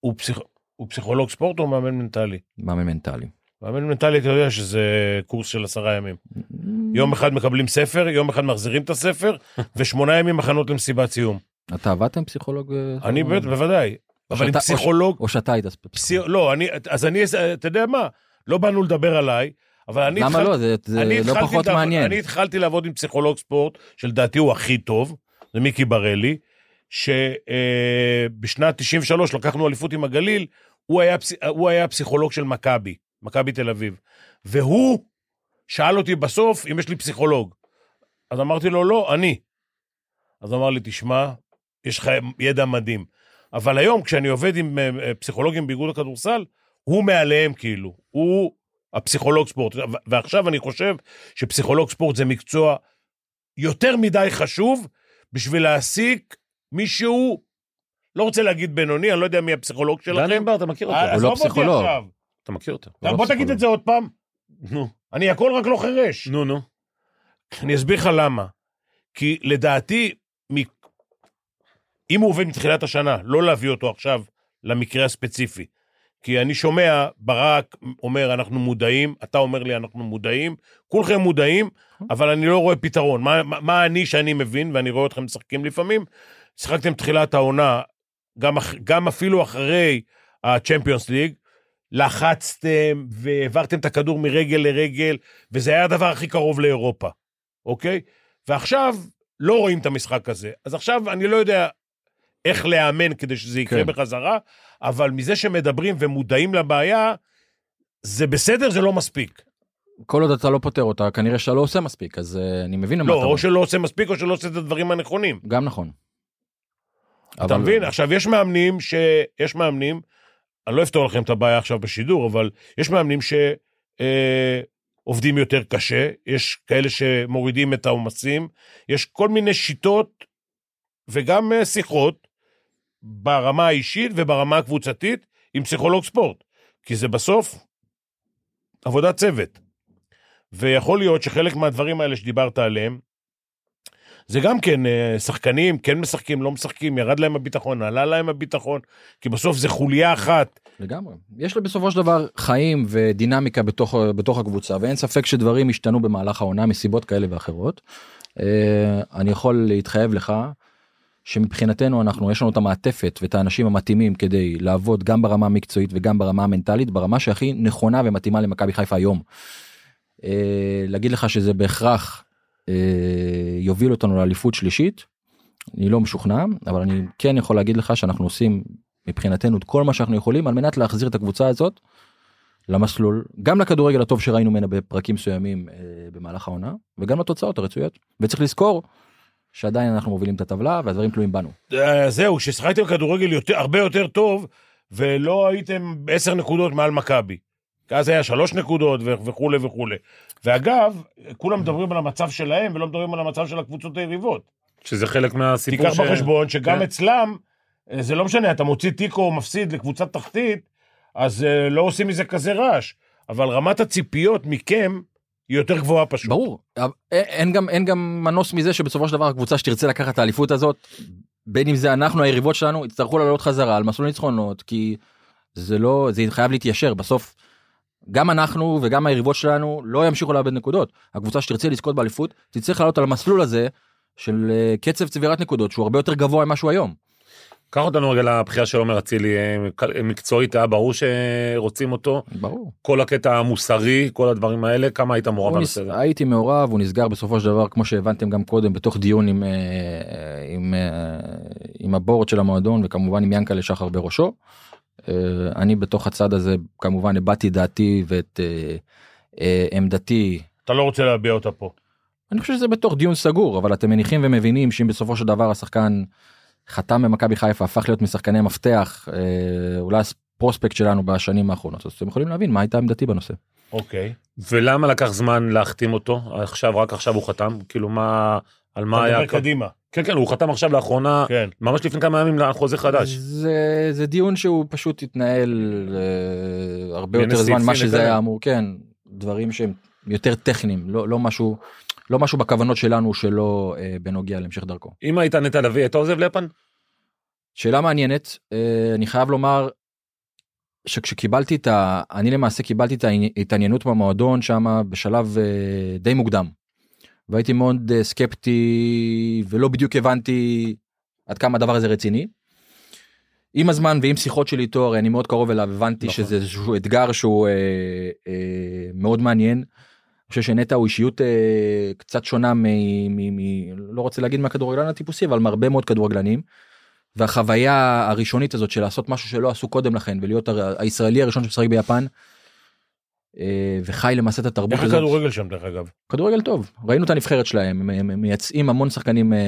E: הוא, פסיכ... הוא פסיכולוג ספורט או מאמן מנטלי?
F: מאמן מנטלי.
E: מאמן מנטלי, אתה יודע שזה קורס של עשרה ימים. יום אחד מקבלים ספר, יום אחד מחזירים את הספר, ושמונה ימים הכנות למסיבת סיום.
F: אתה עבדת עם פסיכולוג? אה,
E: אני באמת, בוודאי.
F: או
E: אבל עם
F: שאתה- או ש-
E: פסיכולוג...
F: או שאתה היית
E: פסי... לא, אני, אז אני, אתה יודע מה, לא באנו לדבר עליי, אבל אני...
F: למה
E: התחל-
F: לא זה זה
E: אני
F: לא
E: התחלתי
F: פחות
E: לעבוד-
F: מעניין
E: אני התחלתי לעבוד עם פסיכולוג ספורט, שלדעתי הוא הכי טוב, זה מיקי ברלי, אה, שבשנת 93 לקחנו אליפות עם הגליל, הוא היה, פס- הוא היה הפסיכולוג של מכבי, מכבי תל אביב. והוא שאל אותי בסוף אם יש לי פסיכולוג. אז אמרתי לו, לא, אני. אז הוא אמר לי, תשמע, יש לך ידע מדהים. אבל היום, כשאני עובד עם אה, אה, פסיכולוגים באיגוד הכדורסל, הוא מעליהם כאילו, הוא הפסיכולוג ספורט. ו- ועכשיו אני חושב שפסיכולוג ספורט זה מקצוע יותר מדי חשוב בשביל להעסיק מישהו, לא רוצה להגיד בינוני, אני לא יודע מי הפסיכולוג
D: דני
E: שלכם.
D: ענבר, אתה מכיר אותו,
E: אה,
F: הוא
E: עזוב
F: לא
E: אותי
F: פסיכולוג.
E: עכשיו.
D: אתה מכיר אותו.
F: הוא לא
E: בוא תגיד
F: פסיכולוג.
E: את זה עוד פעם.
D: נו,
E: אני הכל רק לא חירש.
D: נו, נו.
E: אני אסביר לך למה. כי לדעתי, מ- אם הוא עובד מתחילת השנה, לא להביא אותו עכשיו למקרה הספציפי. כי אני שומע, ברק אומר, אנחנו מודעים, אתה אומר לי, אנחנו מודעים, כולכם מודעים, אבל אני לא רואה פתרון. מה, מה, מה אני שאני מבין, ואני רואה אתכם משחקים לפעמים, שיחקתם תחילת העונה, גם, אח- גם אפילו אחרי ה-Champions League, לחצתם והעברתם את הכדור מרגל לרגל, וזה היה הדבר הכי קרוב לאירופה, אוקיי? ועכשיו לא רואים את המשחק הזה. אז עכשיו אני לא יודע איך לאמן כדי שזה יקרה
F: כן.
E: כן. בחזרה, אבל מזה שמדברים ומודעים לבעיה, זה בסדר, זה לא מספיק.
F: כל עוד אתה לא פותר אותה כנראה שאתה לא עושה מספיק אז אה, אני מבין למה
E: לא,
F: אתה
E: או
F: אומר.
E: שלא עושה מספיק או שלא עושה את הדברים הנכונים.
F: גם נכון.
E: אתה
F: אבל-
E: מבין? עכשיו, יש מאמנים ש... יש מאמנים, אני לא אפתור לכם את הבעיה עכשיו בשידור, אבל יש מאמנים שעובדים אה, עובדים יותר קשה, יש כאלה שמורידים את העומסים, יש כל מיני שיטות וגם אה, שיחות ברמה האישית וברמה הקבוצתית עם פסיכולוג ספורט, כי זה בסוף עבודת צוות. ויכול להיות שחלק מהדברים האלה שדיברת עליהם, זה גם כן אה, שחקנים, כן משחקים, לא משחקים, ירד להם הביטחון, עלה להם הביטחון, כי בסוף זה חוליה אחת.
F: לגמרי. יש לה בסופו של דבר חיים ודינמיקה בתוך, בתוך הקבוצה, ואין ספק שדברים השתנו במהלך העונה מסיבות כאלה ואחרות. אה, אני יכול להתחייב לך שמבחינתנו אנחנו, יש לנו את המעטפת ואת האנשים המתאימים כדי לעבוד גם ברמה המקצועית וגם ברמה המנטלית, ברמה שהכי נכונה ומתאימה למכבי חיפה היום. אה, להגיד לך שזה בהכרח אה, יוביל אותנו לאליפות שלישית, אני לא משוכנע, אבל אני כן יכול להגיד לך שאנחנו עושים מבחינתנו את כל מה שאנחנו יכולים על מנת להחזיר את הקבוצה הזאת למסלול גם לכדורגל הטוב שראינו ממנה בפרקים מסוימים אה, במהלך העונה וגם לתוצאות הרצויות וצריך לזכור שעדיין אנחנו מובילים את הטבלה והדברים תלויים בנו.
E: אה, זהו, ששחקתם כדורגל יותר, הרבה יותר טוב, ולא הייתם עשר נקודות מעל מכבי. כי אז היה שלוש נקודות ו- וכולי וכולי. ואגב, כולם מדברים על המצב שלהם ולא מדברים על המצב של הקבוצות היריבות.
D: שזה חלק מהסיפור
E: תיקח בחשבון שגם
D: כן.
E: אצלם, אה, זה לא משנה, אתה מוציא תיקו או מפסיד לקבוצה תחתית, אז אה, לא עושים מזה כזה רעש. אבל רמת הציפיות מכם היא יותר גבוהה פשוט.
F: ברור אבל א- אין גם אין גם מנוס מזה שבסופו של דבר הקבוצה שתרצה לקחת את האליפות הזאת בין אם זה אנחנו היריבות שלנו יצטרכו לעלות חזרה על מסלול ניצחונות כי זה לא זה חייב להתיישר בסוף. גם אנחנו וגם היריבות שלנו לא ימשיכו לאבד נקודות הקבוצה שתרצה לזכות באליפות תצטרך לעלות על המסלול הזה של אה, קצב צבירת נקודות שהוא הרבה יותר גבוה ממה שהוא היום.
D: קח אותנו רגע לבחירה של עומר אצילי, אה, מקצועית היה ברור שרוצים אותו,
F: ברור.
D: כל הקטע המוסרי, כל הדברים האלה, כמה היית מעורב
F: הוא
D: בנושא
F: נס...
D: הזה?
F: הייתי מעורב הוא נסגר בסופו של דבר כמו שהבנתם גם קודם בתוך דיון עם אה, אה, עם אה, עם הבורד של המועדון וכמובן עם ינקלה שחר בראשו. אה, אני בתוך הצד הזה כמובן הבעתי דעתי ואת אה, אה, עמדתי
E: אתה לא רוצה להביע אותה פה.
F: אני חושב שזה בתוך דיון סגור אבל אתם מניחים ומבינים שאם בסופו של דבר השחקן חתם במכבי חיפה הפך להיות משחקני מפתח אה, אולי הפרוספקט שלנו בשנים האחרונות אז אתם יכולים להבין מה הייתה עמדתי בנושא.
E: אוקיי.
D: ולמה לקח זמן להחתים אותו? עכשיו, רק עכשיו הוא חתם? כאילו, מה... על מה
E: אתה
D: היה...
E: מדבר קדימה.
D: כן, כן, הוא חתם עכשיו לאחרונה,
E: כן.
D: ממש לפני כמה ימים, חוזה חדש.
F: זה, אה, זה דיון שהוא פשוט התנהל אה, הרבה
D: בין
F: יותר זמן
D: הסעיפים
F: מה שזה
D: לבין-
F: היה אמור כן דברים שהם יותר טכניים לא לא משהו לא משהו בכוונות שלנו שלא אה, בנוגע להמשך דרכו.
D: אם היית נטע לביא, היית עוזב ליפן?
E: כן.
F: שאלה מעניינת אה, אני חייב לומר שכשקיבלתי את ה... אני למעשה קיבלתי את ההתעניינות במועדון שם בשלב אה, די מוקדם. והייתי מאוד אה, סקפטי ולא בדיוק הבנתי עד כמה הדבר הזה רציני. עם הזמן ועם שיחות שלי איתו הרי אני מאוד קרוב אליו הבנתי נכון. שזה איזשהו אתגר שהוא אה, אה, מאוד מעניין. אני חושב שנטע הוא אישיות אה, קצת שונה מ... מ, מ לא רוצה להגיד מהכדורגלן הטיפוסי אבל מהרבה מאוד כדורגלנים. והחוויה הראשונית הזאת של לעשות משהו שלא עשו קודם לכן ולהיות הר- הישראלי הראשון שמשחק ביפן. אה, וחי למעשה את התרבות
E: איך
F: הזאת.
E: הכדורגל שם דרך אגב?
F: כדורגל טוב ראינו את הנבחרת שלהם הם- הם הם מייצאים המון שחקנים אה,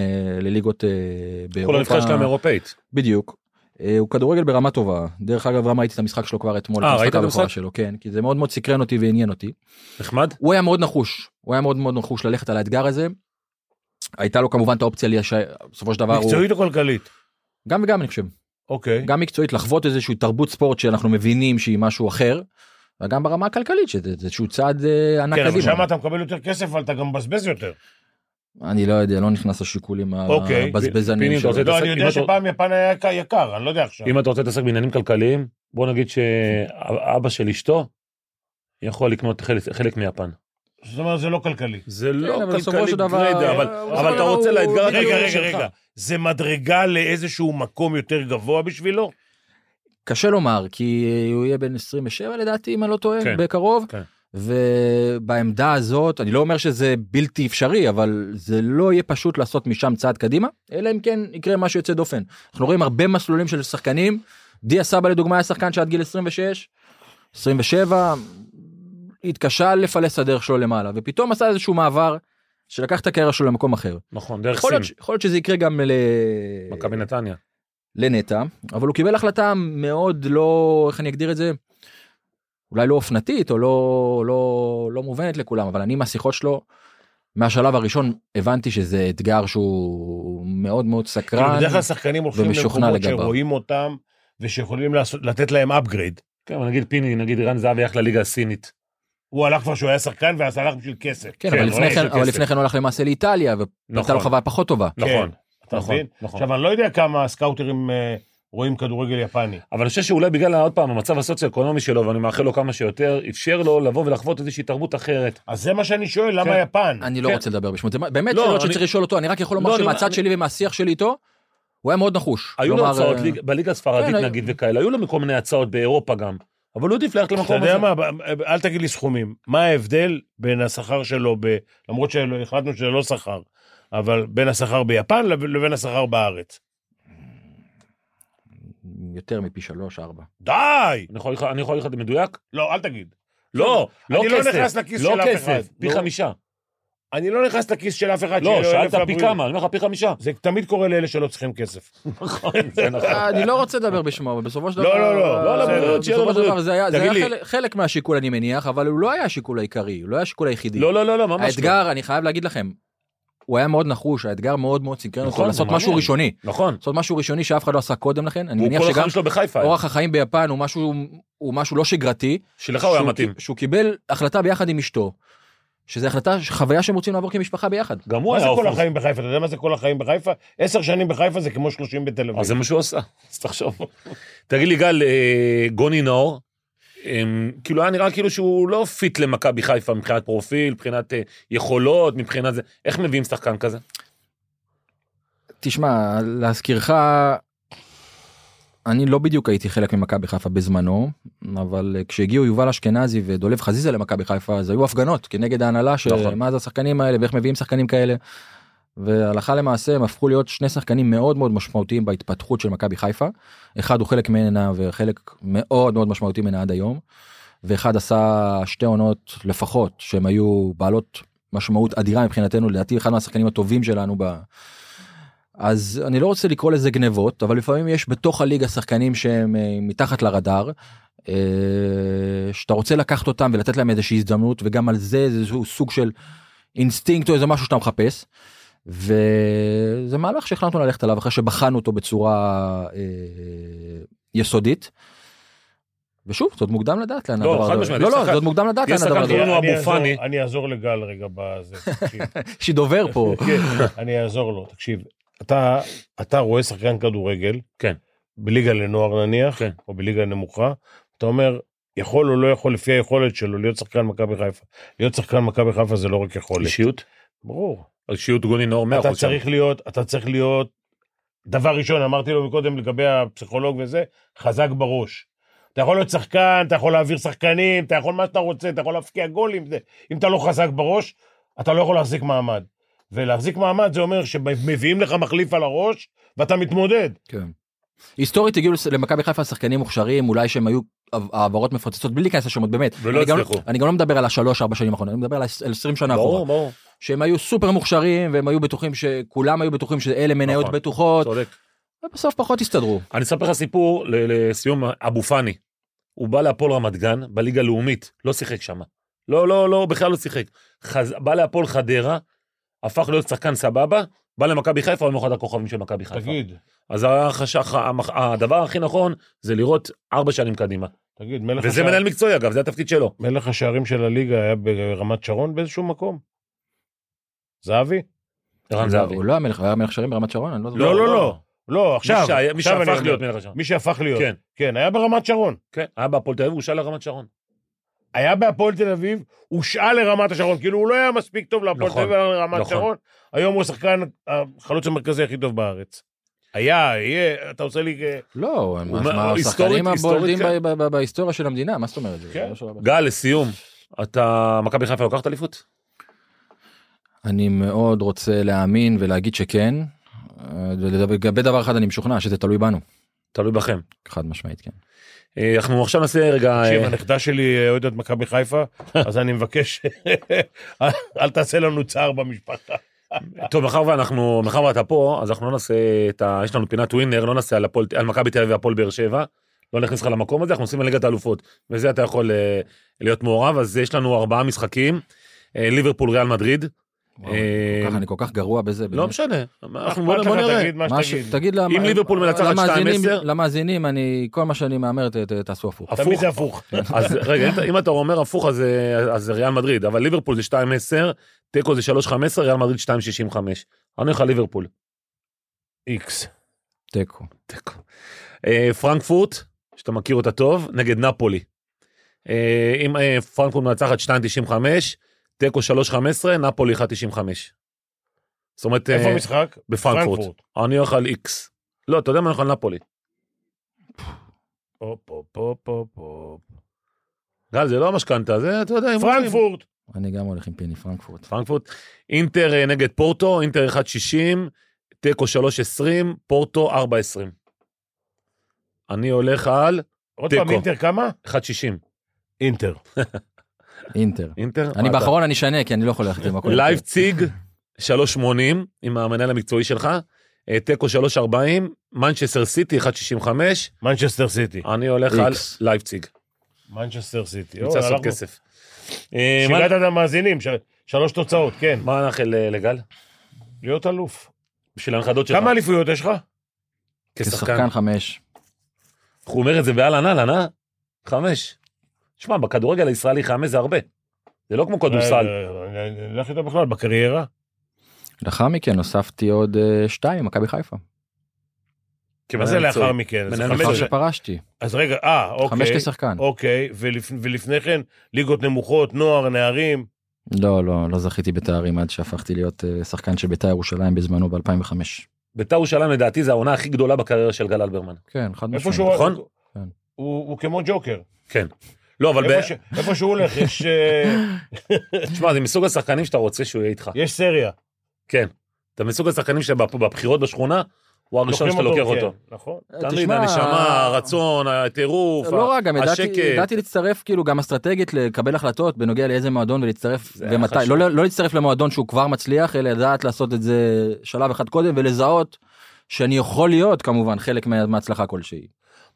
F: לליגות אה,
D: כל הנבחרת שלהם
F: באירופה
D: אירופאית.
F: בדיוק. אה, הוא כדורגל ברמה טובה דרך אגב רם ראיתי את המשחק שלו כבר אתמול
D: אה,
F: המשחק
D: ראית את
F: הבכורה
D: המשחק?
F: שלו כן כי זה מאוד מאוד סקרן אותי ועניין אותי
D: נחמד?
F: הוא היה מאוד נחוש הוא היה מאוד מאוד נחוש ללכת על האתגר הזה. הייתה לו כמובן את האופציה לישר בסופו של דבר הוא
E: מקצועית או כלכלית?
F: גם וגם אני חושב
E: אוקיי.
F: גם מקצועית לחוות איזושהי תרבות ספורט שאנחנו מבינים שהיא משהו אחר. וגם ברמה הכלכלית שזה זה איזשהו צעד אה, ענק
E: כן, אבל
F: קדימה.
E: שם אתה מקבל יותר כסף, אבל אתה גם מבזבז יותר.
F: אני לא יודע לא נכנס לשיקולים
E: אוקיי,
D: פיני,
F: הבזבזניים
D: אתה
F: שלו.
D: רוצה-
E: לא, אני
D: אם
E: יודע
D: אתה-
E: שפעם יפן היה יקר- יקר, אני לא יודע עכשיו.
D: אם אתה רוצה להתעסק בעניינים כלכליים, בוא נגיד שאבא של אשתו יכול לקנות חלק- חלק מיפן.
E: זאת אומרת, זה לא כלכלי.
D: זה
F: כן,
D: לא
F: אבל בסופו
D: כלכלי
F: של דבר-
D: גרידא, אבל-
F: אה, בסופו
D: אבל
F: של
D: אתה
F: דבר
D: רוצה
F: הוא-
D: לאתגר
E: רגע,
D: הכלכלי
E: רגע,
D: שלך.
E: רגע. זה מדרגה לאיזשהו מקום יותר גבוה בשבילו?
F: קשה לומר כי הוא יהיה בן 27 לדעתי אם אני לא טועה
D: כן,
F: בקרוב.
D: כן.
F: ובעמדה הזאת אני לא אומר שזה בלתי אפשרי אבל זה לא יהיה פשוט לעשות משם צעד קדימה אלא אם כן יקרה משהו יוצא דופן אנחנו רואים הרבה מסלולים של שחקנים דיה סבא לדוגמה היה שחקן שעד גיל 26 27 התקשה לפלס את הדרך שלו למעלה ופתאום עשה איזשהו מעבר שלקח את הקריירה שלו למקום אחר
D: נכון, דרך
F: יכול להיות, ש-
D: סין,
F: יכול להיות שזה יקרה גם ל...
D: מכבי נתניה.
F: לנטע אבל הוא קיבל החלטה מאוד לא איך אני אגדיר את זה. אולי לא אופנתית או לא לא לא מובנת לכולם אבל אני מהשיחות שלו. מהשלב הראשון הבנתי שזה אתגר שהוא מאוד מאוד
E: כאילו,
F: סקרן
E: בדרך כלל שחקנים הולכים
F: ומשוכנע
E: למקומות
F: לגביו.
E: שרואים אותם, ושיכולים לעשות- לתת להם upgrade.
D: כן, אבל נגיד פיני, נגיד רן זהבי הלך לליגה הסינית.
E: הוא הלך כבר שהוא היה שחקן, ואז הלך בשביל כסף.
F: כן,
D: כן,
F: אבל, לפני
D: רואה
F: כן,
D: של
F: אבל
D: כסף.
F: לפני כן הוא הלך למעשה לאיטליה ופתח לו
D: נכון.
F: חוויה פחות טובה כן.
D: נכון,
E: כן, אתה
D: נכון,
E: מבין?
D: נכון.
E: עכשיו, אני לא יודע כמה הסקאוטרים אה, רואים כדורגל יפני.
D: אבל אני חושב שאולי בגלל, עוד פעם, המצב הסוציו-אקונומי שלו, ואני מאחל לו כמה שיותר, אפשר לו לבוא ולחוות איזושהי תרבות אחרת.
E: אז זה מה שאני שואל, למה
D: כן.
E: יפן?
F: אני לא
D: כן.
F: רוצה לדבר בשמו זה באמת
D: לא,
F: שאלות
D: אני-
F: שצריך לשאול אותו אני רק יכול לומר
D: לא, אני-
F: שמהצד
D: אני-
F: שלי ומהשיח שלי איתו הוא היה מאוד נחוש.
D: היו לו
F: כלומר,
D: הצעות
F: אה,
D: ליג- בליגה הספרדית
F: כן,
D: נגיד וכאלה, היו לו מכל מיני הצעות באירופה גם, אבל הוא העדיף ללכת
E: אתה
D: למקום הזה.
E: יודע מה, ב- אל תגיד לי סכומים. מה ההבדל בין השכר שלו, ב... למרות שהחלטנו שזה לא שכר, אבל בין השכר ביפן לב- לבין השכר בארץ?
F: יותר מפי שלוש ארבע.
E: די!
D: אני יכול להגיד לך- אני יכול להגיד לך את זה מדויק?
E: לא, אל תגיד.
D: לא, לא
E: אני
D: כסף.
E: לא נכנס לכיס
D: לא
E: של אף
D: כסף,
E: אחד.
D: פי
E: נו.
D: חמישה.
E: אני לא נכנס לכיס של אף אחד.
D: לא,
E: שלא ילך
D: שאלת פי
E: לבריאות.
D: כמה, אני אומר לך פי חמישה.
E: זה תמיד קורה לאלה שלא צריכים כסף.
D: נכון, זה נכון.
F: אני לא רוצה לדבר בשמו, אבל בסופו של דבר...
E: לא, לא, לא, לא,
F: בסופו
E: לבריאות,
F: של
D: שיהיה לו
F: דבר
D: לבריאות.
F: זה היה, זה
D: תגיד
F: היה
D: לי-
F: חלק, חלק מהשיקול אני מניח, אבל הוא לא היה השיקול העיקרי, הוא לא היה השיקול היחידי.
D: לא, לא, לא, לא, ממש לא.
F: האתגר, אני חייב להגיד לכם, הוא היה מאוד נחוש, האתגר מאוד מאוד סינקרן
D: נכון,
F: אותו
D: זה
F: לעשות
D: מעניין.
F: משהו ראשוני.
D: נכון.
F: לעשות משהו ראשוני שאף אחד לא עשה קודם לכן, אני
D: הוא
F: מניח
D: כל
F: שגם
D: החיים שלו בחיפה.
F: אורח החיים ביפן הוא משהו, הוא משהו לא שגרתי.
D: שלך הוא היה
F: שהוא
D: מתאים.
F: כי- שהוא קיבל החלטה ביחד עם אשתו, שזו החלטה, חוויה שהם רוצים לעבור כמשפחה ביחד.
D: גם הוא
E: מה
D: היה
E: זה כל
D: אופוס.
E: החיים בחיפה? אתה יודע מה זה כל החיים בחיפה? עשר שנים בחיפה זה כמו שלושים בתל
D: אז
E: אביב.
D: אה, זה מה שהוא עשה, אז תחשוב. תגיד לי, גל, אה, גוני נאור, אה, כאילו היה נראה כאילו שהוא לא פיט למכבי חיפה מבחינת פרופיל, מבחינת אה, יכולות, מבחינת זה. איך מביאים שחקן כזה?
F: תשמע, להזכירך, אני לא בדיוק הייתי חלק ממכבי חיפה בזמנו, אבל אה, כשהגיעו יובל אשכנזי ודולב חזיזה למכבי חיפה, אז היו הפגנות כנגד ההנהלה של אה,
D: נכון.
F: מה זה השחקנים האלה ואיך מביאים שחקנים כאלה. והלכה למעשה הם הפכו להיות שני שחקנים מאוד מאוד משמעותיים בהתפתחות של מכבי חיפה. אחד הוא חלק ממנה וחלק מאוד מאוד משמעותי ממנה עד היום. ואחד עשה שתי עונות לפחות שהם היו בעלות משמעות אדירה מבחינתנו, לדעתי אחד מהשחקנים הטובים שלנו ב... אז אני לא רוצה לקרוא לזה גנבות, אבל לפעמים יש בתוך הליגה שחקנים שהם אה, מתחת לרדאר, אה, שאתה רוצה לקחת אותם ולתת להם איזושהי הזדמנות, וגם על זה זה איזשהו סוג של אינסטינקט או איזה משהו שאתה מחפש. וזה מהלך שהחלטנו ללכת עליו אחרי שבחנו אותו בצורה אה, יסודית. ושוב, זה עוד מוקדם לדעת לאן
D: לא,
F: הדבר
D: חד
F: הזה.
D: משמעית,
F: לא,
D: יש
F: לא,
D: שחקן-
F: זה עוד מוקדם לדעת
D: יש
F: לאן הדבר
D: שחקן
F: הזה.
D: קוראים לו
E: אני
D: אבו
E: אעזור-
D: פאני.
E: אני אעזור לגל רגע בזה, תקשיב.
F: שדובר פה.
E: כן, אני אעזור לו, תקשיב. אתה, אתה רואה שחקן כדורגל,
D: כן.
E: בליגה לנוער נניח,
D: כן.
E: או בליגה נמוכה, אתה אומר, יכול או לא יכול, לפי היכולת שלו, להיות שחקן מכבי חיפה. להיות שחקן מכבי חיפה זה לא רק יכולת.
D: אישיות?
E: ברור.
D: אישיות גוני נאור 100%.
E: אתה
D: שם.
E: צריך להיות, אתה צריך להיות, דבר ראשון, אמרתי לו מקודם לגבי הפסיכולוג וזה, חזק בראש. אתה יכול להיות שחקן, אתה יכול להעביר שחקנים, אתה יכול מה שאתה רוצה, אתה יכול להפקיע גולים, זה. אם אתה לא חזק בראש, אתה לא יכול להחזיק מעמד. ולהחזיק מעמד זה אומר שמביאים לך מחליף על הראש, ואתה מתמודד.
F: כן. היסטורית הגיעו לס- למכבי חיפה שחקנים מוכשרים אולי שהם היו עב- העברות מפוצצות בלי להיכנס לשמות באמת.
D: ולא
F: אני גם-
D: הצליחו.
F: אני גם לא מדבר על השלוש ארבע שנים האחרונות אני מדבר על ה- על 20 שנה אחורה.
D: ברור, ברור.
F: שהם היו סופר מוכשרים והם היו בטוחים שכולם היו בטוחים שאלה מניות
D: נכון.
F: בטוחות
D: צודק.
F: ובסוף פחות הסתדרו.
D: אני אספר לך סיפור ל- לסיום אבו פאני. הוא בא להפועל רמת גן בליגה הלאומית, לא שיחק שם. לא, לא, לא, בכלל לא שיחק. חז... בא להפועל חדרה, הפך להיות שחקן סבבה, בא למכבי חיפה, הוא אחד הכוכבים של מכבי חיפה.
E: תגיד,
D: אז החש... המח... הדבר הכי נכון זה לראות ארבע שנים קדימה.
E: תגיד, מלך,
D: וזה מנהל מקצועי אגב, זה התפקיד שלו.
E: מלך השערים של הליגה היה ברמת שרון באיזשהו מקום? זהבי?
D: ערן זהבי.
F: הוא לא היה מלך, הוא היה מלך שרים ברמת שרון אני לא זוכר.
E: לא, לא, לא. לא,
D: עכשיו,
E: עכשיו,
D: מי
E: עכשיו אני
D: שהפך
E: אומר,
D: להיות מלך השערים.
E: מי שהפך להיות.
D: כן,
E: כן, היה ברמת שרון.
D: כן. היה בהפועל תל אביב, הוא שאל לרמת שרון.
E: היה בהפועל תל אביב, הושאל לרמת השרון, כאילו הוא לא היה מספיק טוב להפועל
D: נכון,
E: תל אביב, אלא
D: נכון.
E: לרמת השרון, היום הוא השחקן החלוץ המרכזי הכי טוב בארץ. היה, יהיה, אתה עושה לי... אה,
F: לא, הם
D: הוא מה-
F: מה- מה,
D: היסטורית- כן.
F: השחקנים הבולדים
D: היסטורית,
F: ב- ב- ב- בהיסטוריה של המדינה מה זאת אומרת. זה
E: כן.
F: לא שאלה בכלל.
D: גל, לסיום, אתה, מכבי חיפה לוקחת אליפות?
F: אני מאוד רוצה להאמין ולהגיד שכן. אה, ולגבי דבר אחד אני משוכנע שזה תלוי בנו
D: תלוי בכם.
F: חד משמעית כן.
D: אה, אנחנו עכשיו נעשה רגע...
E: תקשיב,
D: אה,
E: הנכדה שלי אה, אוהדת מכבי חיפה, אז אני מבקש, אל- אל תעשה לנו צער במשפחה.
D: טוב, מאחר ואנחנו, מאחר ואתה פה, אז אנחנו לא נעשה את ה... יש לנו פינת ווינר, לא נעשה על, הפועל- על מכבי תל אביב והפועל באר שבע. לא נכניס לך למקום הזה, אנחנו עושים על ליגת האלופות. וזה אתה יכול אה, להיות מעורב, אז יש לנו ארבעה משחקים. אה, ליברפול, ריאל מדריד.
F: וואו,
D: אה,
F: כל כך- אני כל כך גרוע בזה.
D: לא
F: באמת.
D: משנה, אנחנו
E: אכפת
D: בוא
E: לך,
D: בוא נראה.
E: תגיד מה
F: מה
E: שתגיד.
F: ש- תגיד למה-
D: אם ליברפול מנצחת
F: למאזינים-
D: 2-10?
F: למאזינים אני כל מה שאני מהמר ת- ת- תעשו הפוך.
E: תמיד
D: הפוך.
E: זה הפוך.
D: אז רגע, אם אתה- אם אתה אומר הפוך, אז אה, אז זה ריאל מדריד, אבל ליברפול זה 2-10, תיקו זה 3-15, ריאל מדריד 2-65. אני הולך על ליברפול.
E: איקס.
F: תיקו.
D: תיקו. אה, פרנקפורט, שאתה מכיר אותה טוב, נגד נפולי. אה, אם אה, פרנקפורט מנצחת 2.95, תיקו 3.15, נפולי 1.95. זאת אומרת,
E: איפה
D: אה,
E: המשחק?
D: בפרנקפורט. אני הולך על איקס. לא, אתה יודע מה, אני הולך על נפולי.
E: הופ, הופ, הופ, הופ, הופ.
D: גל, זה לא המשכנתה, זה, אתה יודע, הימורים.
E: פרנקפורט.
F: אני גם הולך עם פיני פרנקפורט.
D: פרנקפורט. אינטר אה, נגד פורטו, אינטר 1.60, תיקו 3.20, פורטו 4.20. אני הולך על
E: עוד
D: תיקו.
E: פעם, אינטר כמה?
D: 1.60.
E: אינטר.
F: אינטר.
D: אינטר?
F: אני
D: אה, אתה-
F: באחרון אני אשנה כי אני לא יכול ללכת עם הכול.
D: לייפציג 380 עם המנהל המקצועי שלך, אה, תיקו 340, מנצ'סטר סיטי 165,
E: מנצ'סטר סיטי.
D: אני הולך על
F: איקס.
D: לייפציג,
E: מנצ'סטר סיטי.
D: אני רוצה
E: אוי,
D: לעשות
E: הלכנו-
D: כסף. אה, מה-
E: שירת את המאזינים, ש- שלוש תוצאות, כן.
D: מה נאחל אה, לגל?
E: להיות אלוף.
D: בשביל הנכדות שלך.
E: כמה אליפויות יש לך?
D: כשחקן.
F: כשחקן חמש.
D: הוא אומר את זה באהלן אהלן, אה? חמש. שמע, בכדורגל הישראלי חמש זה הרבה. זה לא כמו כדורסל.
E: אה, אני הולך איתו בכלל, בקריירה.
F: לאחר מכן הוספתי עוד אה, שתיים מכבי חיפה.
D: כמנהל
E: מה זה
D: מקצועי.
E: לאחר מכן? אז
D: מנהל
E: חמש-
F: לאחר
D: מקצועי.
F: שפרשתי.
E: אז רגע, אה,
F: חמש
E: אוקיי.
F: כשחקן.
E: אוקיי, ולפ- ולפני כן, ליגות נמוכות, נוער, נערים.
F: לא לא לא זכיתי בתארים עד שהפכתי להיות אה, שחקן של בית"ר ירושלים בזמנו ב2005.
D: בית"ר ירושלים לדעתי זה העונה הכי גדולה בקריירה של גל אלברמן.
F: כן חד
E: איפה
F: משמעית.
E: שהוא...
D: נכון?
E: הוא-
F: כן.
E: הוא הוא כמו ג'וקר.
D: כן. לא, אבל
E: איפה
D: ב-
E: ש- איפה שהוא הולך, יש, אה,
D: תשמע, זה מסוג השחקנים שאתה רוצה שהוא יהיה איתך.
E: יש סריה.
D: כן. אתה מסוג השחקנים שבבחירות בשכונה, הוא הראשון שאתה לוקח אותו.
E: כן, נכון.
D: תמיד
F: אה, תשמע,
D: הנשמה, הרצון, הטירוף,
F: לא רע, גם ידעתי-
D: השקט.
F: ידעתי להצטרף כאילו גם אסטרטגית לקבל החלטות בנוגע לאיזה מועדון ולהצטרף
D: זה היה
F: ומתי.
D: חשוב.
F: לא- לא לא להצטרף למועדון שהוא כבר מצליח, אלא לדעת לעשות את זה שלב אחד קודם ולזהות שאני יכול להיות כמובן חלק מה- מההצלחה כלשהי.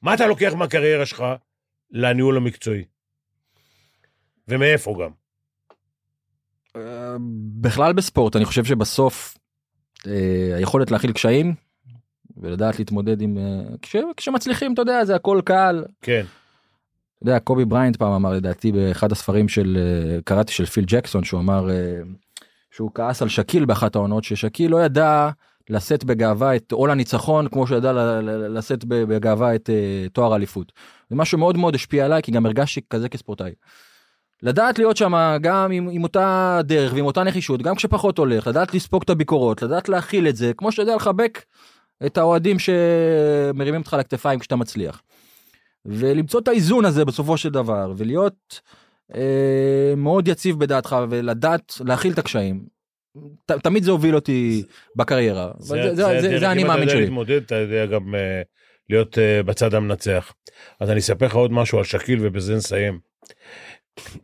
E: מה אתה לוקח מהקריירה שלך לניהול המקצועי? ומאיפה גם?
F: אה, בכלל בספורט אני חושב שבסוף אה, היכולת להכיל קשיים ולדעת להתמודד עם אה, כש, כשמצליחים אתה יודע זה הכל קל.
E: כן.
F: אתה יודע קובי בריינט פעם אמר לדעתי באחד הספרים של אה, קראתי של פיל ג'קסון שהוא אמר אה, שהוא כעס על שקיל באחת העונות ששקיל לא ידע לשאת בגאווה את עול הניצחון כמו שידע ל- ל- לשאת ב- בגאווה את אה, תואר האליפות. זה משהו מאוד מאוד השפיע עליי כי גם הרגשתי כזה כספורטאי. לדעת להיות שם גם עם, עם אותה דרך ועם אותה נחישות גם כשפחות הולך לדעת לספוג את הביקורות לדעת להכיל את זה כמו שאתה יודע לחבק את האוהדים שמרימים אותך לכתפיים כשאתה מצליח. ולמצוא את האיזון הזה בסופו של דבר ולהיות אה, מאוד יציב בדעתך ולדעת להכיל את הקשיים. ת, תמיד זה הוביל אותי בקריירה אבל זה, זה, זה, זה אני מאמין
E: אתה יודע
F: שלי.
E: להתמודד, אתה יודע גם אה, להיות אה, בצד המנצח. אז אני אספר לך עוד משהו על שקיל ובזה נסיים.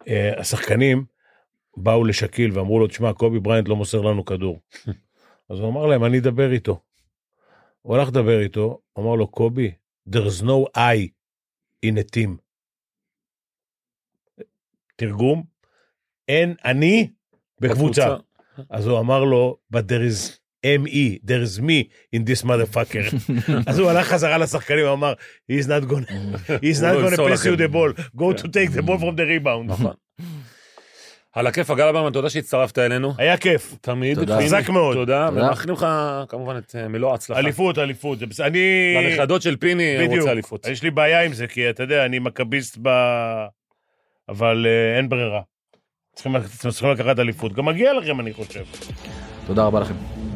E: אה, השחקנים באו לשקיל ואמרו לו, תשמע, קובי בריינט לא מוסר לנו כדור. אז הוא אמר להם, אני אדבר איתו. הוא הלך לדבר איתו, הוא אמר לו, קובי, there's no I in a team. תרגום, אין אני בקבוצה. אז הוא אמר לו, but there is ME, there is me in this motherfucker. אז הוא הלך חזרה לשחקנים, הוא אמר, he's not gonna, he's
D: הוא
E: not
D: לא
E: gonna
D: ימסור
E: pass you
D: לכם.
E: the ball, go to take the ball from the rebound.
D: נכון. על הכיף, הגל אברהם, תודה שהצטרפת אלינו.
E: היה כיף,
D: תמיד.
F: תודה.
E: חזק מאוד.
D: תודה,
F: תודה.
D: אה, ומאחלים לך כמובן את אה, מלוא ההצלחה.
E: לא. אליפות, אליפות, זה בסדר, אני...
D: לנכדות של פיני הוא רוצה
E: בדיוק,
D: אליפות.
E: יש לי בעיה עם זה, כי אתה יודע, אני מכביסט ב... אבל אה, אין ברירה. צריכים- צריכים לקחת אליפות, גם מגיע לכם אני חושב.
F: תודה רבה לכם.